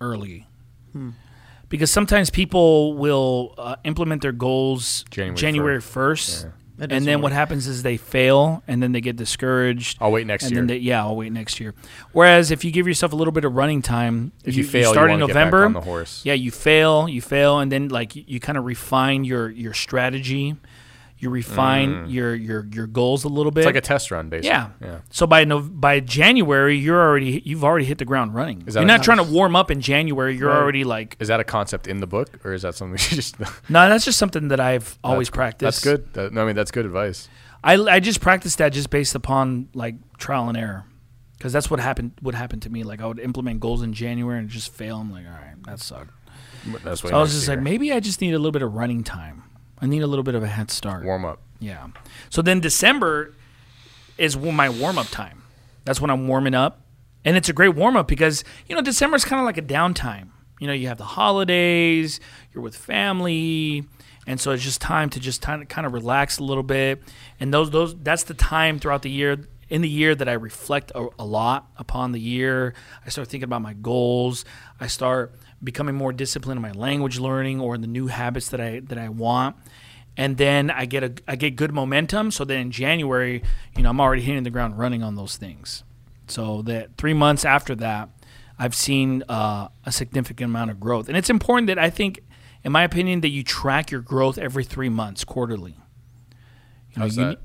S1: early.
S3: Hmm.
S1: Because sometimes people will uh, implement their goals
S2: January
S1: first,
S3: That
S1: and
S3: doesn't
S1: then what
S3: work.
S1: happens is they fail, and then they get discouraged.
S2: I'll wait next
S1: and
S2: year.
S1: Then they, yeah, I'll wait next year. Whereas if you give yourself a little bit of running time,
S2: If you fail, you
S1: start in
S2: wanna get back
S1: November
S2: on the horse.
S1: Yeah, you fail, you fail, and then like you, you kind of refine your your strategy, you refine your your your goals a little bit.
S2: Mm. It's like a test run, basically.
S1: Yeah.
S2: Yeah.
S1: So by Nov by January, you're already you've already hit the ground running.
S2: Is that
S1: you're
S2: a-
S1: not trying to warm up in January. You're already like
S2: Is that a concept in the book, or is that something (laughs) we should just?
S1: no. That's just something that I've always practiced.
S2: That's good. That, no, I mean that's good advice.
S1: I, I just practiced that just based upon like trial and error, because that's what happened. What happened to me? Like I would implement goals in January and just fail. I'm like, all right, that sucked.
S2: That's what
S1: So I was just like, maybe I just need a little bit of running time. I need a little bit of a head start.
S2: warm up.
S1: Yeah. So then December is w- my warm up time. That's when I'm warming up. And it's a great warm up because, you know, December is kind of like a downtime. You know, you have the holidays, you're with family. And so it's just time to just kind of kind of relax a little bit. And those, those, that's the time throughout the year, in the year that I reflect a, a lot upon the year. I start thinking about my goals. I start becoming more disciplined in my language learning or in the new habits that I, that I want and then I get a I get good momentum. So then in January, you know, I'm already hitting the ground running on those things. So that three months after that, I've seen uh, a significant amount of growth, and it's important that I think, in my opinion, that you track your growth every three months, quarterly. You know,
S2: How's
S1: you,
S2: that?
S1: ne-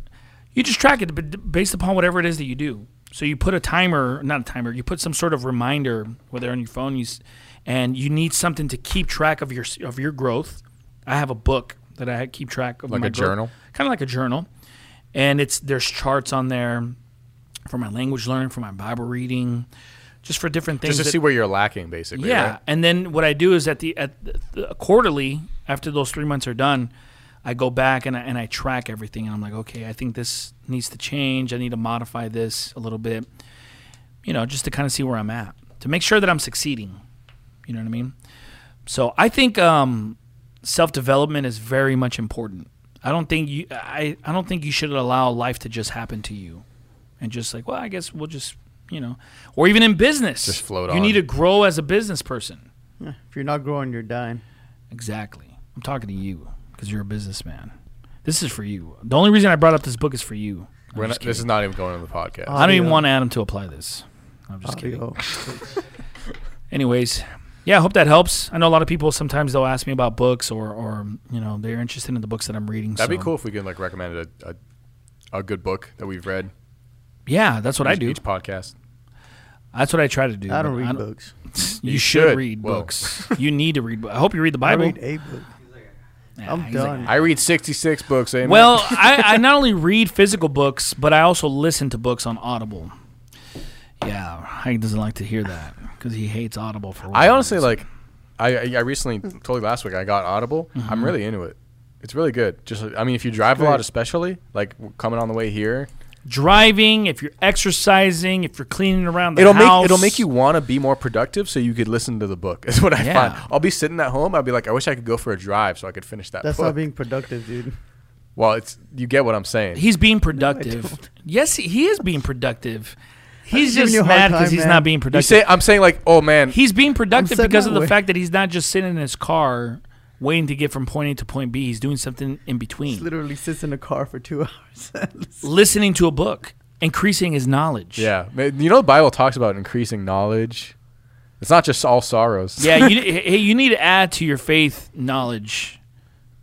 S1: you just track it b- d- based upon whatever it is that you do. So you put a timer, not a timer. You put some sort of reminder, whether on your phone, you, s- and you need something to keep track of your s- of your growth. I have a book that I keep track of.
S2: Like
S1: my
S2: a journal?
S1: kind of like a journal, and it's there's charts on there for my language learning, for my Bible reading, just for different things.
S2: Just to
S1: that-
S2: see where you're lacking, basically.
S1: yeah,
S2: right?
S1: and then what I do is at the at the, the- quarterly after those three months are done, I go back and I, and I track everything, and I'm like, okay, I think this needs to change. I need to modify this a little bit, you know, just to kind of see where I'm at to make sure that I'm succeeding. You know what I mean? So I think um, self development is very much important. I don't think you I, I don't think you should allow life to just happen to you, and just like well I guess we'll just you know, or even in business,
S2: Just float
S1: You
S2: on.
S1: need to grow as a business person.
S3: Yeah, If you're not growing, you're dying.
S1: Exactly. I'm talking to you because you're a businessman. This is for you. The only reason I brought up this book is for you. I'm
S2: We're
S1: just
S2: not, this is
S1: kidding.
S2: not even going on the uh, podcast.
S1: I don't even
S3: audio.
S1: want Adam to apply this. I'm just kidding.
S3: Audio.
S1: anyways yeah i hope that helps i know a lot of people sometimes they'll ask me about books or or you know they're interested in the books that i'm reading
S2: That'd be
S1: so-
S2: cool if we could like recommend a, a, a good book that we've read.
S1: yeah that's what i
S2: each-
S1: do
S2: Each podcast.
S1: that's what i try to do
S3: I don't
S1: but
S3: read books.
S1: (laughs) you,
S2: You
S1: should,
S2: should.
S1: read
S2: Whoa.
S1: books you need to read bo- i hope you read the bible
S3: I read a book.
S4: He's like,
S1: Yeah,
S3: I'm
S1: he's
S3: done.
S2: I read 66 books. eh? Amen.
S3: (laughs)
S1: well I, I not only read physical books but i also listen to books on audible yeah hank doesn't like to hear that because he hates audible for
S2: I
S1: whatever
S2: honestly
S1: reason.
S2: like. I I- I recently, totally last week, I got Audible.
S1: Mm-hmm.
S2: I'm really into it. It's really good. Just I mean, if you drive a lot,
S3: great.
S2: especially like w- coming on the way here,
S1: driving if you're exercising if you're cleaning around the
S2: it'll
S1: house
S2: make it'll make you want to be more productive, so you could listen to the book. (laughs) Is what I
S1: Yeah.
S2: find. I'll be sitting at home. I'll be like, I wish I could go for a drive so I could finish that.
S3: That's
S2: book.
S3: not being productive, dude.
S2: Well, it's you get what I'm saying.
S1: He's being productive. yes, he he is being productive. He's just
S3: giving you a hard
S1: mad because
S3: time,
S1: he's
S3: man.
S1: not being
S2: you
S1: productive.
S2: say I'm saying like, oh man,
S1: he's being productive
S3: setting
S1: because
S3: that
S1: of the
S3: way.
S1: fact that he's not just sitting in his car waiting to get from point A to point B. He's doing something in
S3: He
S1: between,
S3: literally sits in a car for two (laughs) hours.
S1: listening to a book, increasing his knowledge.
S2: yeah. Ma- You know, the Bible talks about increasing knowledge. It's not just all sorrows.
S3: (laughs)
S1: yeah. You, hey, you need to add to your faith knowledge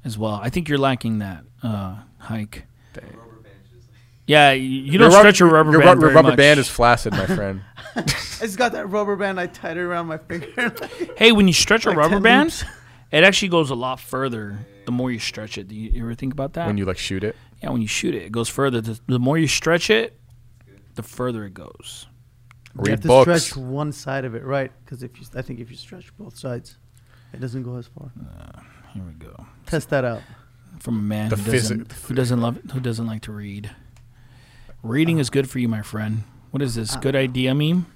S1: as well. I think you're lacking that, uh, Hike.
S4: rubber benches.
S1: Yeah, you, you don't stretch your rubber
S2: your
S1: band.
S2: ru-
S1: very
S2: Your rubber
S1: much.
S2: band is flaccid, my friend.
S1: (laughs)
S3: it's got that rubber band. I tied it around my finger. (laughs)
S1: Hey, when you stretch a
S3: Like
S1: rubber
S3: 10
S1: band,
S3: loops.
S1: it actually goes a lot further the more you stretch it. Do you ever think about that?
S2: when you like shoot it.
S1: yeah, when you shoot it, it goes further. The, the more you stretch it, the further it goes.
S2: Read
S3: you have to
S2: books.
S3: stretch one side of it, right? Because if you, I think if you stretch both sides, it doesn't go as far.
S1: Here we go.
S3: Test that out.
S1: From a man
S2: The
S1: who,
S2: physic-
S1: doesn't, who doesn't love who doesn't like to read. Reading
S2: Uh-huh.
S1: is good for you, my friend. What is this? Good idea meme?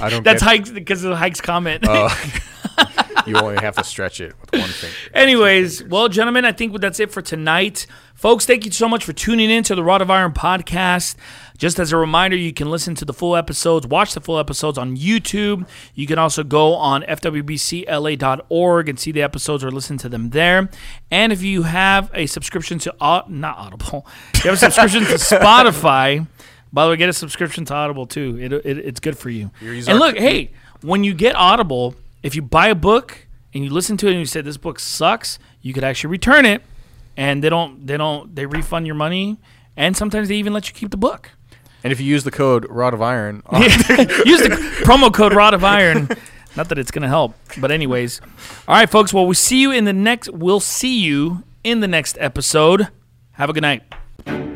S2: I don't.
S1: That's
S2: get,
S1: Hike's because of Hike's comment. (laughs)
S2: you only have to stretch it with one finger.
S1: Anyways, well, gentlemen, I think that's it for tonight. Folks, thank you so much for tuning in to the Rod of Iron podcast. Just as a reminder, you can listen to the full episodes, watch the full episodes on YouTube. You can also go on fwbcla.org and see the episodes or listen to them there. And if you have a subscription to, Au- not Audible, if you have a subscription to Spotify, by the way, get a subscription to Audible too. It, it, it's good for you.
S2: use
S1: And
S2: our
S1: look, hey, when you get Audible, if you buy a book and you listen to it and you say this book sucks, you could actually return it, and they don't they don't they refund your money, and sometimes they even let you keep the book.
S2: And if you use the code Rod of Iron, on-
S1: Use the promo code Rod of Iron. Not that it's gonna help, but anyways, all right, folks. Well, we will see you in the next. We'll see you in the next episode. Have a good night.